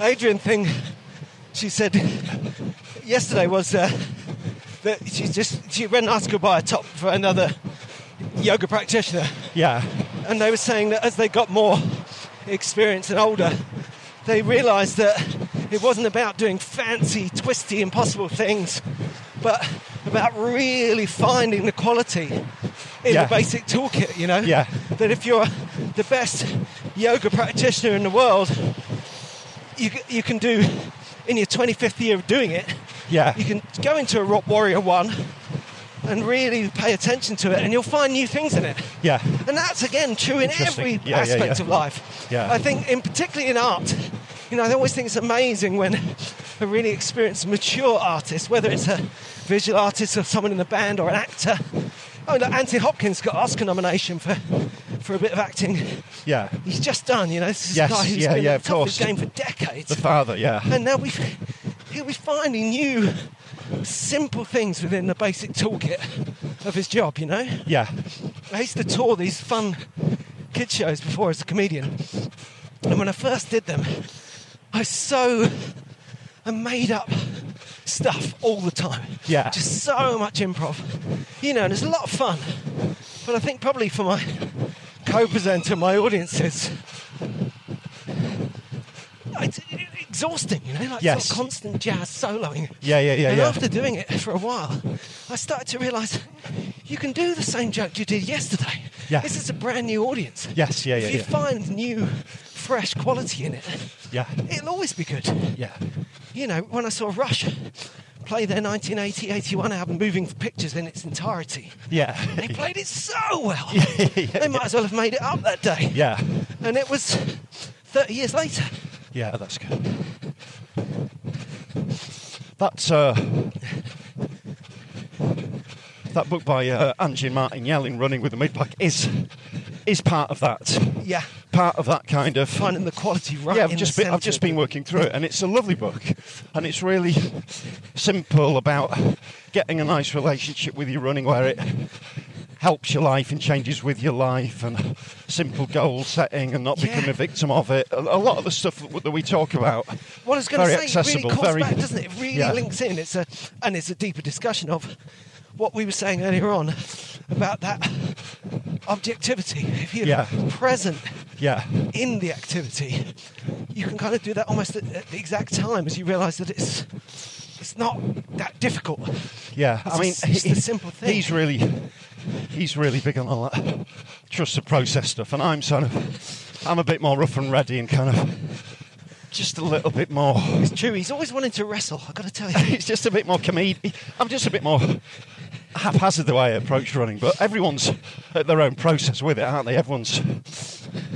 Speaker 2: Adrian thing she said yesterday was uh, that she just she read an article by a top for another yoga practitioner,
Speaker 3: yeah,
Speaker 2: and they were saying that as they got more experience and older, they realised that it wasn't about doing fancy, twisty, impossible things, but about really finding the quality in
Speaker 3: Yeah.
Speaker 2: the basic toolkit, you know?
Speaker 3: Yeah.
Speaker 2: That if you're the best yoga practitioner in the world, you, c- you can do, in your 25th year of doing it,
Speaker 3: Yeah.
Speaker 2: you can go into a Rock Warrior 1 and really pay attention to it, and you'll find new things in it.
Speaker 3: yeah,
Speaker 2: And that's, again, true in
Speaker 3: Interesting.
Speaker 2: every
Speaker 3: Yeah, yeah,
Speaker 2: aspect
Speaker 3: yeah.
Speaker 2: of life.
Speaker 3: Yeah.
Speaker 2: I think, in particularly in art, you know, I always think it's amazing when a really experienced, mature artist, whether it's a visual artist or someone in a band or an actor. Oh, look, Anthony Hopkins got Oscar nomination for, for a bit of acting.
Speaker 3: yeah.
Speaker 2: He's just done, you know. This is
Speaker 3: Yes,
Speaker 2: a guy who's
Speaker 3: yeah,
Speaker 2: been
Speaker 3: yeah,
Speaker 2: at
Speaker 3: of
Speaker 2: the top of his
Speaker 3: course.
Speaker 2: game for decades.
Speaker 3: The father, yeah,
Speaker 2: and now we've, he'll be finding new, simple things within the basic toolkit of his job, you know?
Speaker 3: yeah,
Speaker 2: I used to tour these fun kid shows before as a comedian. And when I first did them, I was so I made up stuff all the time.
Speaker 3: Yeah.
Speaker 2: Just so much improv. You know, and it's a lot of fun. But I think probably for my co-presenter, my audiences, it's exhausting, you know, like sort of
Speaker 3: Yes.
Speaker 2: constant jazz soloing.
Speaker 3: Yeah, yeah, yeah,
Speaker 2: And
Speaker 3: yeah.
Speaker 2: after doing it for a while, I started to realise you can do the same joke you did yesterday.
Speaker 3: Yeah.
Speaker 2: This is a brand new audience.
Speaker 3: Yes, yeah, yeah,
Speaker 2: If you
Speaker 3: yeah.
Speaker 2: find new, fresh quality in it,
Speaker 3: yeah,
Speaker 2: it'll always be good.
Speaker 3: yeah,
Speaker 2: You know, when I saw Rush play their 1980-81 album Moving Pictures in its entirety,
Speaker 3: yeah,
Speaker 2: they played it so well. they might as well have made it up that day.
Speaker 3: yeah,
Speaker 2: And it was 30 years later.
Speaker 3: yeah. That's good. That's uh, that book by uh, Angie Martignell in Running with the Midpack is is part of that.
Speaker 2: Yeah.
Speaker 3: Part of that kind of
Speaker 2: Finding the quality right
Speaker 3: yeah,
Speaker 2: in
Speaker 3: I've just
Speaker 2: the
Speaker 3: been, I've just
Speaker 2: centre.
Speaker 3: been working through it, and it's a lovely book, and it's really simple about getting a nice relationship with your running, where it helps your life and changes with your life, and simple goal setting, and not
Speaker 2: Yeah.
Speaker 3: become a victim of it. A, a lot of the stuff that, that we talk about,
Speaker 2: Well, I was going to
Speaker 3: very
Speaker 2: say, it
Speaker 3: accessible,
Speaker 2: really calls
Speaker 3: very
Speaker 2: back, doesn't it? It really
Speaker 3: Yeah.
Speaker 2: links in. It's a and it's a deeper discussion of what we were saying earlier on about that objectivity. If you're
Speaker 3: Yeah.
Speaker 2: present
Speaker 3: yeah,
Speaker 2: in the activity, you can kind of do that almost at, at the exact time as you realise that it's it's not that difficult.
Speaker 3: yeah.
Speaker 2: It's
Speaker 3: I mean,
Speaker 2: just- it's the simple thing.
Speaker 3: He's really, he's really big on all that trust the process stuff, and I'm sort of, I'm a bit more rough and ready, and kind of just a little bit more.
Speaker 2: It's true. He's always wanting to wrestle. I've got to tell you.
Speaker 3: it's just a bit more comedic. I'm just a bit more haphazard the way I approach running, but everyone's at their own process with it, aren't they? Everyone's,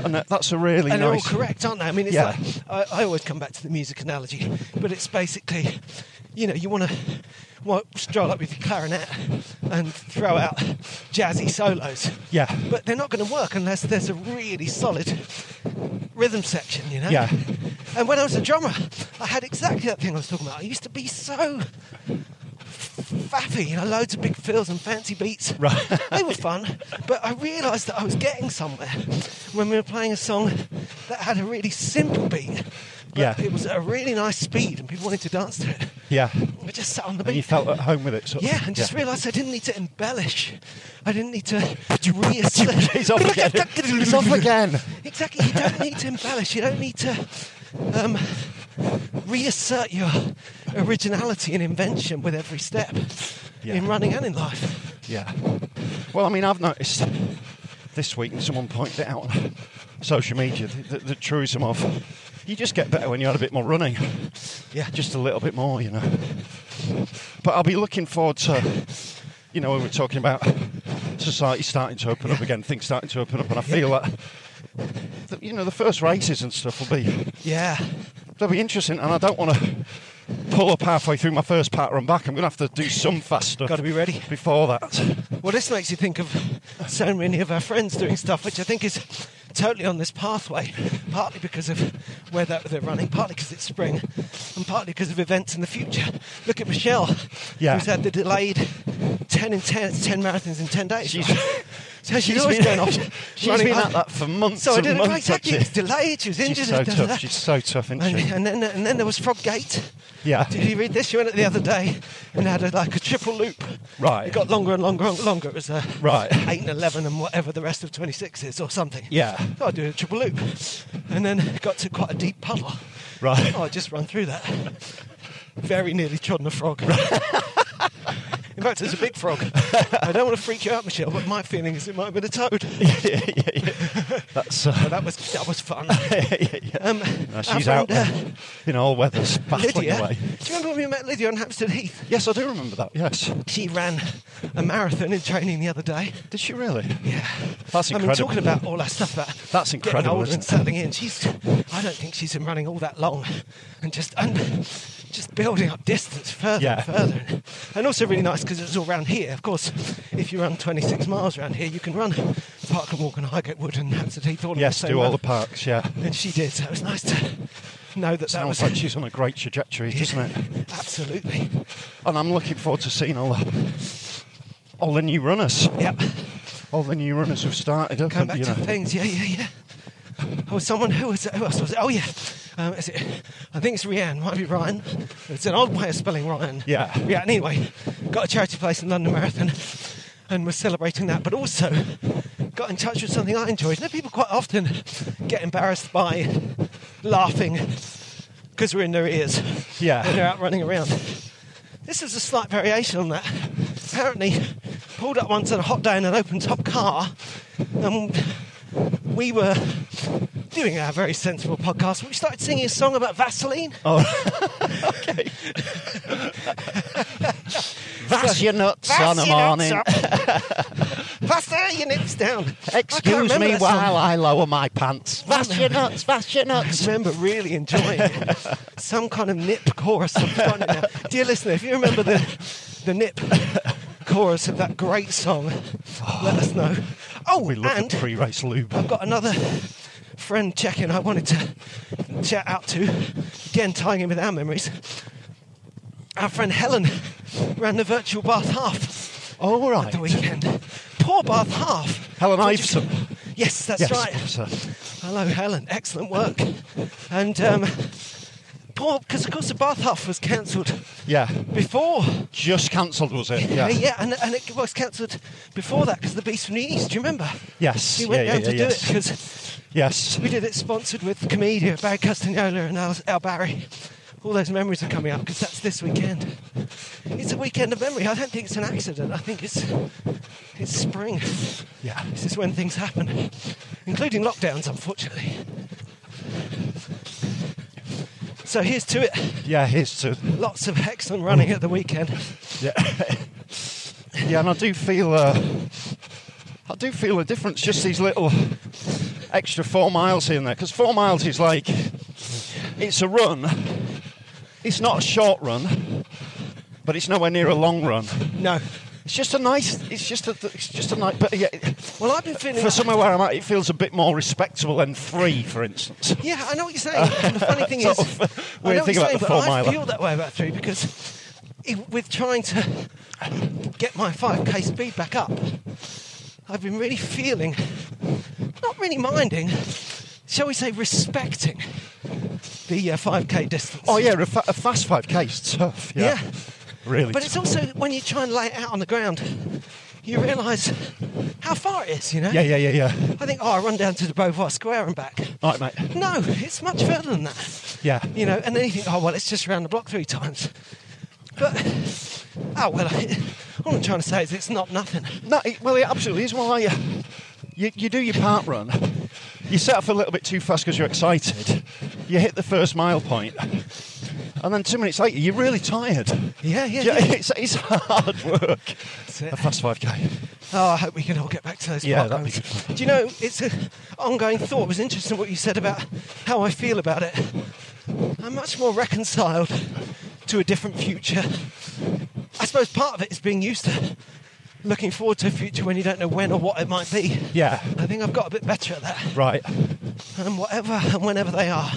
Speaker 3: and that, that's a really nice.
Speaker 2: and they're all correct, aren't they? I mean, it's
Speaker 3: Yeah.
Speaker 2: like I, I always come back to the music analogy, but it's basically, you know, you want to well, stroll up with your clarinet and throw out jazzy solos.
Speaker 3: Yeah.
Speaker 2: But they're not going to work unless there's a really solid rhythm section, you know?
Speaker 3: Yeah.
Speaker 2: And when I was a drummer, I had exactly that thing I was talking about. I used to be so faffy, you know, loads of big fills and fancy beats.
Speaker 3: Right.
Speaker 2: they were fun, but I realised that I was getting somewhere when we were playing a song that had a really simple beat. But
Speaker 3: Yeah.
Speaker 2: It was at a really nice speed, and people wanted to dance to it.
Speaker 3: Yeah.
Speaker 2: I just sat on the
Speaker 3: And you
Speaker 2: beach.
Speaker 3: felt at home with it. Sort of.
Speaker 2: Yeah, and just realised I didn't need to embellish. I didn't need to reassert.
Speaker 3: He's off again. He's off again.
Speaker 2: Exactly. You don't need to embellish. You don't need to um, reassert your originality and invention with every step
Speaker 3: Yeah.
Speaker 2: in running and in life.
Speaker 3: Yeah. Well, I mean, I've noticed this week, and someone pointed it out on social media, the, the, the truism of you just get better when you had a bit more running.
Speaker 2: Yeah.
Speaker 3: Just a little bit more, you know. But I'll be looking forward to, you know, we were talking about society starting to open up again, things starting to open up, and I feel that, that, you know, the first races and stuff will be
Speaker 2: Yeah.
Speaker 3: That'll be interesting, and I don't want to pull up halfway through my first part run back. I'm going to have to do some fast stuff.
Speaker 2: Gotta be ready.
Speaker 3: before that.
Speaker 2: Well, this makes you think of so many of our friends doing stuff, which I think is totally on this pathway, partly because of where they're, they're running, partly because it's spring, and partly because of events in the future. Look at Michelle,
Speaker 3: Yeah.
Speaker 2: who's had the delayed 10 in 10, 10 marathons in 10 days.
Speaker 3: She's-
Speaker 2: so she's always going off.
Speaker 3: She's
Speaker 2: running
Speaker 3: been
Speaker 2: up.
Speaker 3: at that for months
Speaker 2: So I
Speaker 3: and
Speaker 2: didn't
Speaker 3: months.
Speaker 2: exactly.
Speaker 3: hasn't
Speaker 2: It's delayed. She was
Speaker 3: she?
Speaker 2: injured.
Speaker 3: She's so
Speaker 2: da, da, da.
Speaker 3: tough. She's so tough, isn't
Speaker 2: and,
Speaker 3: she?
Speaker 2: and then and then there was Frog Gate.
Speaker 3: Yeah.
Speaker 2: Did you read this? You went it the other day and had a, like a triple loop.
Speaker 3: Right.
Speaker 2: It got longer and longer and longer. It was uh,
Speaker 3: Right.
Speaker 2: eight and eleven and whatever the rest of twenty six is or something.
Speaker 3: Yeah.
Speaker 2: So I do a triple loop, and then got to quite a deep puddle.
Speaker 3: Right.
Speaker 2: Oh, I just run through that. Very nearly trodden a frog. In fact, it's a big frog. I don't want to freak you out, Michelle, but my feeling is it might have been a toad.
Speaker 3: That's uh,
Speaker 2: But that was that was fun. Um,
Speaker 3: no,
Speaker 2: our
Speaker 3: she's
Speaker 2: friend, uh,
Speaker 3: out there in all weathers, battling
Speaker 2: Lydia.
Speaker 3: away.
Speaker 2: Do you remember when we met Lydia on Hampstead Heath?
Speaker 3: Yes, I do remember that. Yes.
Speaker 2: She ran a marathon in training the other day.
Speaker 3: Did she really? Yeah. That's
Speaker 2: I
Speaker 3: incredible.
Speaker 2: mean, talking about all that stuff about
Speaker 3: That's
Speaker 2: getting
Speaker 3: incredible,
Speaker 2: older and
Speaker 3: isn't it?
Speaker 2: settling in. She's, I don't think she's been running all that long, and just and just building up distance further
Speaker 3: Yeah.
Speaker 2: and further, and also really nice because it's all round here. Of course, if you run 26 miles round here, you can run Park and Walk and Highgate Wood and Hampstead Heath all in
Speaker 3: yes,
Speaker 2: the same
Speaker 3: do all
Speaker 2: run.
Speaker 3: the parks. Yeah.
Speaker 2: And she did. So it was nice to know that that
Speaker 3: Sounds
Speaker 2: was
Speaker 3: like she's on a great trajectory, doesn't it?
Speaker 2: absolutely.
Speaker 3: and I'm looking forward to seeing all the, all the new runners,
Speaker 2: Yep.
Speaker 3: all the new runners who've started up.
Speaker 2: Come
Speaker 3: and,
Speaker 2: back
Speaker 3: you
Speaker 2: to
Speaker 3: know,
Speaker 2: things, yeah, yeah, yeah. Oh, someone who was who else was it? Oh yeah, um, is it? I think it's Rhiann. Might be Ryan. It's an odd way of spelling Ryan.
Speaker 3: Yeah.
Speaker 2: Yeah. Anyway, got a charity place in London Marathon, and was celebrating that. But also got in touch with something I enjoyed. You know, people quite often get embarrassed by laughing because we're in their ears.
Speaker 3: Yeah.
Speaker 2: When they're out running around. This is a slight variation on that. Apparently, pulled up once on a hot day in an open top car, and we were doing our very sensible podcast. We started singing a song about Vaseline.
Speaker 3: Oh, That's your nuts on a
Speaker 2: Vaseline
Speaker 3: morning.
Speaker 2: up. Pass there, your nips down. I can't
Speaker 3: Excuse
Speaker 2: remember
Speaker 3: me
Speaker 2: that song.
Speaker 3: while I lower my pants. That's your nuts. That's your nuts.
Speaker 2: remember really enjoying some kind of nip chorus. Of fun in there. Dear listener, if you remember the, the nip chorus of that great song, let us know. Oh,
Speaker 3: We love
Speaker 2: and
Speaker 3: the pre-race lube.
Speaker 2: I've got another friend checking I wanted to shout out to, again tying in with our memories. Our friend Helen ran the virtual Bath half
Speaker 3: All
Speaker 2: at
Speaker 3: Oh, right.
Speaker 2: the weekend. Poor Bath half.
Speaker 3: Helen
Speaker 2: What did
Speaker 3: Iveson.
Speaker 2: you- Yes, that's
Speaker 3: Yes,
Speaker 2: right.
Speaker 3: so-
Speaker 2: Hello, Helen. Excellent work. And um, poor, because of course the Bath half was cancelled
Speaker 3: yeah.
Speaker 2: before.
Speaker 3: Just cancelled, was it? Yeah.
Speaker 2: Uh, yeah and, and it was cancelled before that because the Beast from the East. Do you remember?
Speaker 3: Yes.
Speaker 2: We went
Speaker 3: yeah, yeah,
Speaker 2: down
Speaker 3: yeah,
Speaker 2: to do it
Speaker 3: yes.
Speaker 2: 'cause
Speaker 3: Yes.
Speaker 2: we did it sponsored with Comedia, Barry Castagnola and Al, Al Barry. All those memories are coming up because that's this weekend. It's a weekend of memory. I don't think it's an accident. I think it's it's spring.
Speaker 3: Yeah.
Speaker 2: This is when things happen, including lockdowns, unfortunately. So here's to it.
Speaker 3: Yeah. Here's to.
Speaker 2: Lots of excellent running at the weekend.
Speaker 3: Yeah. yeah, and I do feel uh, I do feel a difference. Just these little extra four miles here and there, because four miles is like it's a run. It's not a short run, but it's nowhere near a long run.
Speaker 2: No.
Speaker 3: It's just a nice. It's just a. It's just a nice. But yeah,
Speaker 2: Well, I've been feeling
Speaker 3: for
Speaker 2: like-
Speaker 3: somewhere where I'm at, it feels a bit more respectable than three, for instance.
Speaker 2: Yeah, I know what you're saying. And the funny thing
Speaker 3: Uh, Sort
Speaker 2: is,
Speaker 3: of
Speaker 2: I
Speaker 3: weird
Speaker 2: know what
Speaker 3: thing
Speaker 2: you're
Speaker 3: about the
Speaker 2: saying, but I
Speaker 3: four-miler.
Speaker 2: feel that way about three because it, with trying to get my 5k speed back up, I've been really feeling, not really minding, shall we say, respecting the uh, 5k distance.
Speaker 3: Oh yeah, a, fa- a fast 5k is tough. Yeah,
Speaker 2: Yeah.
Speaker 3: really.
Speaker 2: But it's
Speaker 3: tough.
Speaker 2: also when you try and lay it out on the ground, you realise how far it is, you know?
Speaker 3: yeah, yeah, yeah, yeah.
Speaker 2: I think, oh, I run down to the Beauvoir Square and back.
Speaker 3: All right, mate.
Speaker 2: No, it's much further than that.
Speaker 3: Yeah,
Speaker 2: You know, and then you think, oh, well, it's just around the block three times. But, oh, well, I, all I'm trying to say is it's not nothing.
Speaker 3: No, it, well, it absolutely is. Why uh, you, you do your part run, you set off a little bit too fast because you're excited. You hit the first mile point, and then two minutes later, you're really tired.
Speaker 2: Yeah, yeah,
Speaker 3: Yeah,
Speaker 2: yeah.
Speaker 3: It's, it's hard work.
Speaker 2: That's it.
Speaker 3: A fast 5k.
Speaker 2: Oh, I hope we can all get back to those
Speaker 3: Yeah,
Speaker 2: park
Speaker 3: that'd be
Speaker 2: runs.
Speaker 3: good.
Speaker 2: Do you know, it's an ongoing thought. It was interesting what you said about how I feel about it. I'm much more reconciled to a different future. I suppose part of it is being used to looking forward to a future when you don't know when or what it might be.
Speaker 3: Yeah,
Speaker 2: I think I've got a bit better at that.
Speaker 3: right.
Speaker 2: And whatever and whenever they are,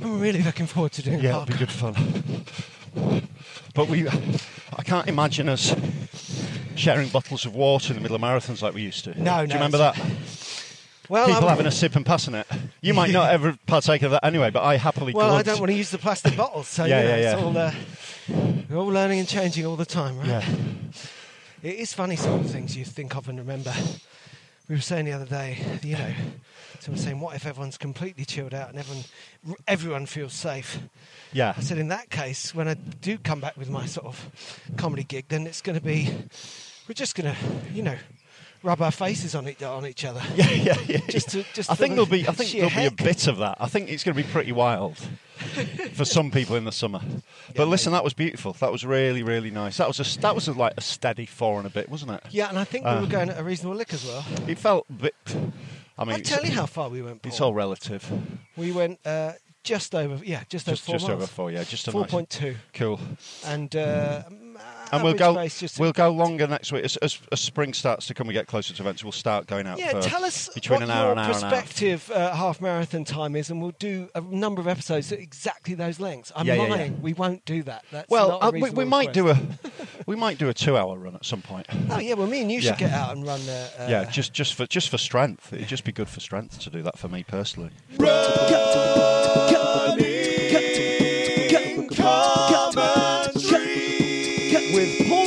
Speaker 2: I'm really looking forward to doing
Speaker 3: Yeah,
Speaker 2: park
Speaker 3: it'll be good fun. But we, I can't imagine us sharing bottles of water in the middle of marathons like we used to.
Speaker 2: no,
Speaker 3: do you remember that?
Speaker 2: Well,
Speaker 3: People
Speaker 2: I'm-
Speaker 3: having a sip and passing it. You might not ever partake of that anyway, but I happily.
Speaker 2: well, I
Speaker 3: glugged.
Speaker 2: don't want to use the plastic bottles, so
Speaker 3: Yeah,
Speaker 2: you know,
Speaker 3: yeah, yeah.
Speaker 2: it's all. Uh, we're all learning and changing all the time, right?
Speaker 3: Yeah.
Speaker 2: It is funny some of the things you think of and remember. We were saying the other day, you know, someone saying, "What if everyone's completely chilled out and everyone, everyone feels safe?"
Speaker 3: Yeah.
Speaker 2: I said, in that case, when I do come back with my sort of comedy gig, then it's going to be, we're just going to, you know, rub our faces on it on each other.
Speaker 3: Yeah, yeah, yeah.
Speaker 2: Just to- just
Speaker 3: I
Speaker 2: for
Speaker 3: think
Speaker 2: the
Speaker 3: there'll be. I think
Speaker 2: sheer
Speaker 3: there'll
Speaker 2: heck.
Speaker 3: be a bit of that. I think it's going to be pretty wild for some people in the summer. But listen, that was beautiful. That was really, really nice. That was a that was a, like a steady four and a bit, wasn't it?
Speaker 2: Yeah, and I think
Speaker 3: Ah.
Speaker 2: we were going at a reasonable lick as well.
Speaker 3: It felt a bit. I mean,
Speaker 2: I
Speaker 3: it's-
Speaker 2: tell you how far we went. Paul.
Speaker 3: It's all relative.
Speaker 2: We went uh, just over, yeah, just,
Speaker 3: Just,
Speaker 2: over four
Speaker 3: just
Speaker 2: miles.
Speaker 3: over four, yeah, just a
Speaker 2: Four
Speaker 3: nice-
Speaker 2: point two,
Speaker 3: Cool.
Speaker 2: and uh, m-
Speaker 3: And we'll
Speaker 2: average
Speaker 3: go.
Speaker 2: pace just
Speaker 3: We'll go longer next week as, as, as spring starts to come. We get closer to events. We'll start going out.
Speaker 2: Yeah,
Speaker 3: for
Speaker 2: tell us
Speaker 3: between
Speaker 2: what
Speaker 3: an hour
Speaker 2: your
Speaker 3: and hour and a half.
Speaker 2: prospective uh, half marathon time is, and we'll do a number of episodes at exactly those lengths. I'm
Speaker 3: Yeah, yeah, yeah.
Speaker 2: lying. We won't do that. That's
Speaker 3: Well,
Speaker 2: not a
Speaker 3: uh, we, we
Speaker 2: reasonable
Speaker 3: might
Speaker 2: request.
Speaker 3: do a we might do a two-hour run at some point.
Speaker 2: Oh yeah, well, me and you should
Speaker 3: Yeah.
Speaker 2: get out and run. Uh, uh,
Speaker 3: yeah, just just for just for strength. It'd just be good for strength to do that for me personally.
Speaker 4: With Paul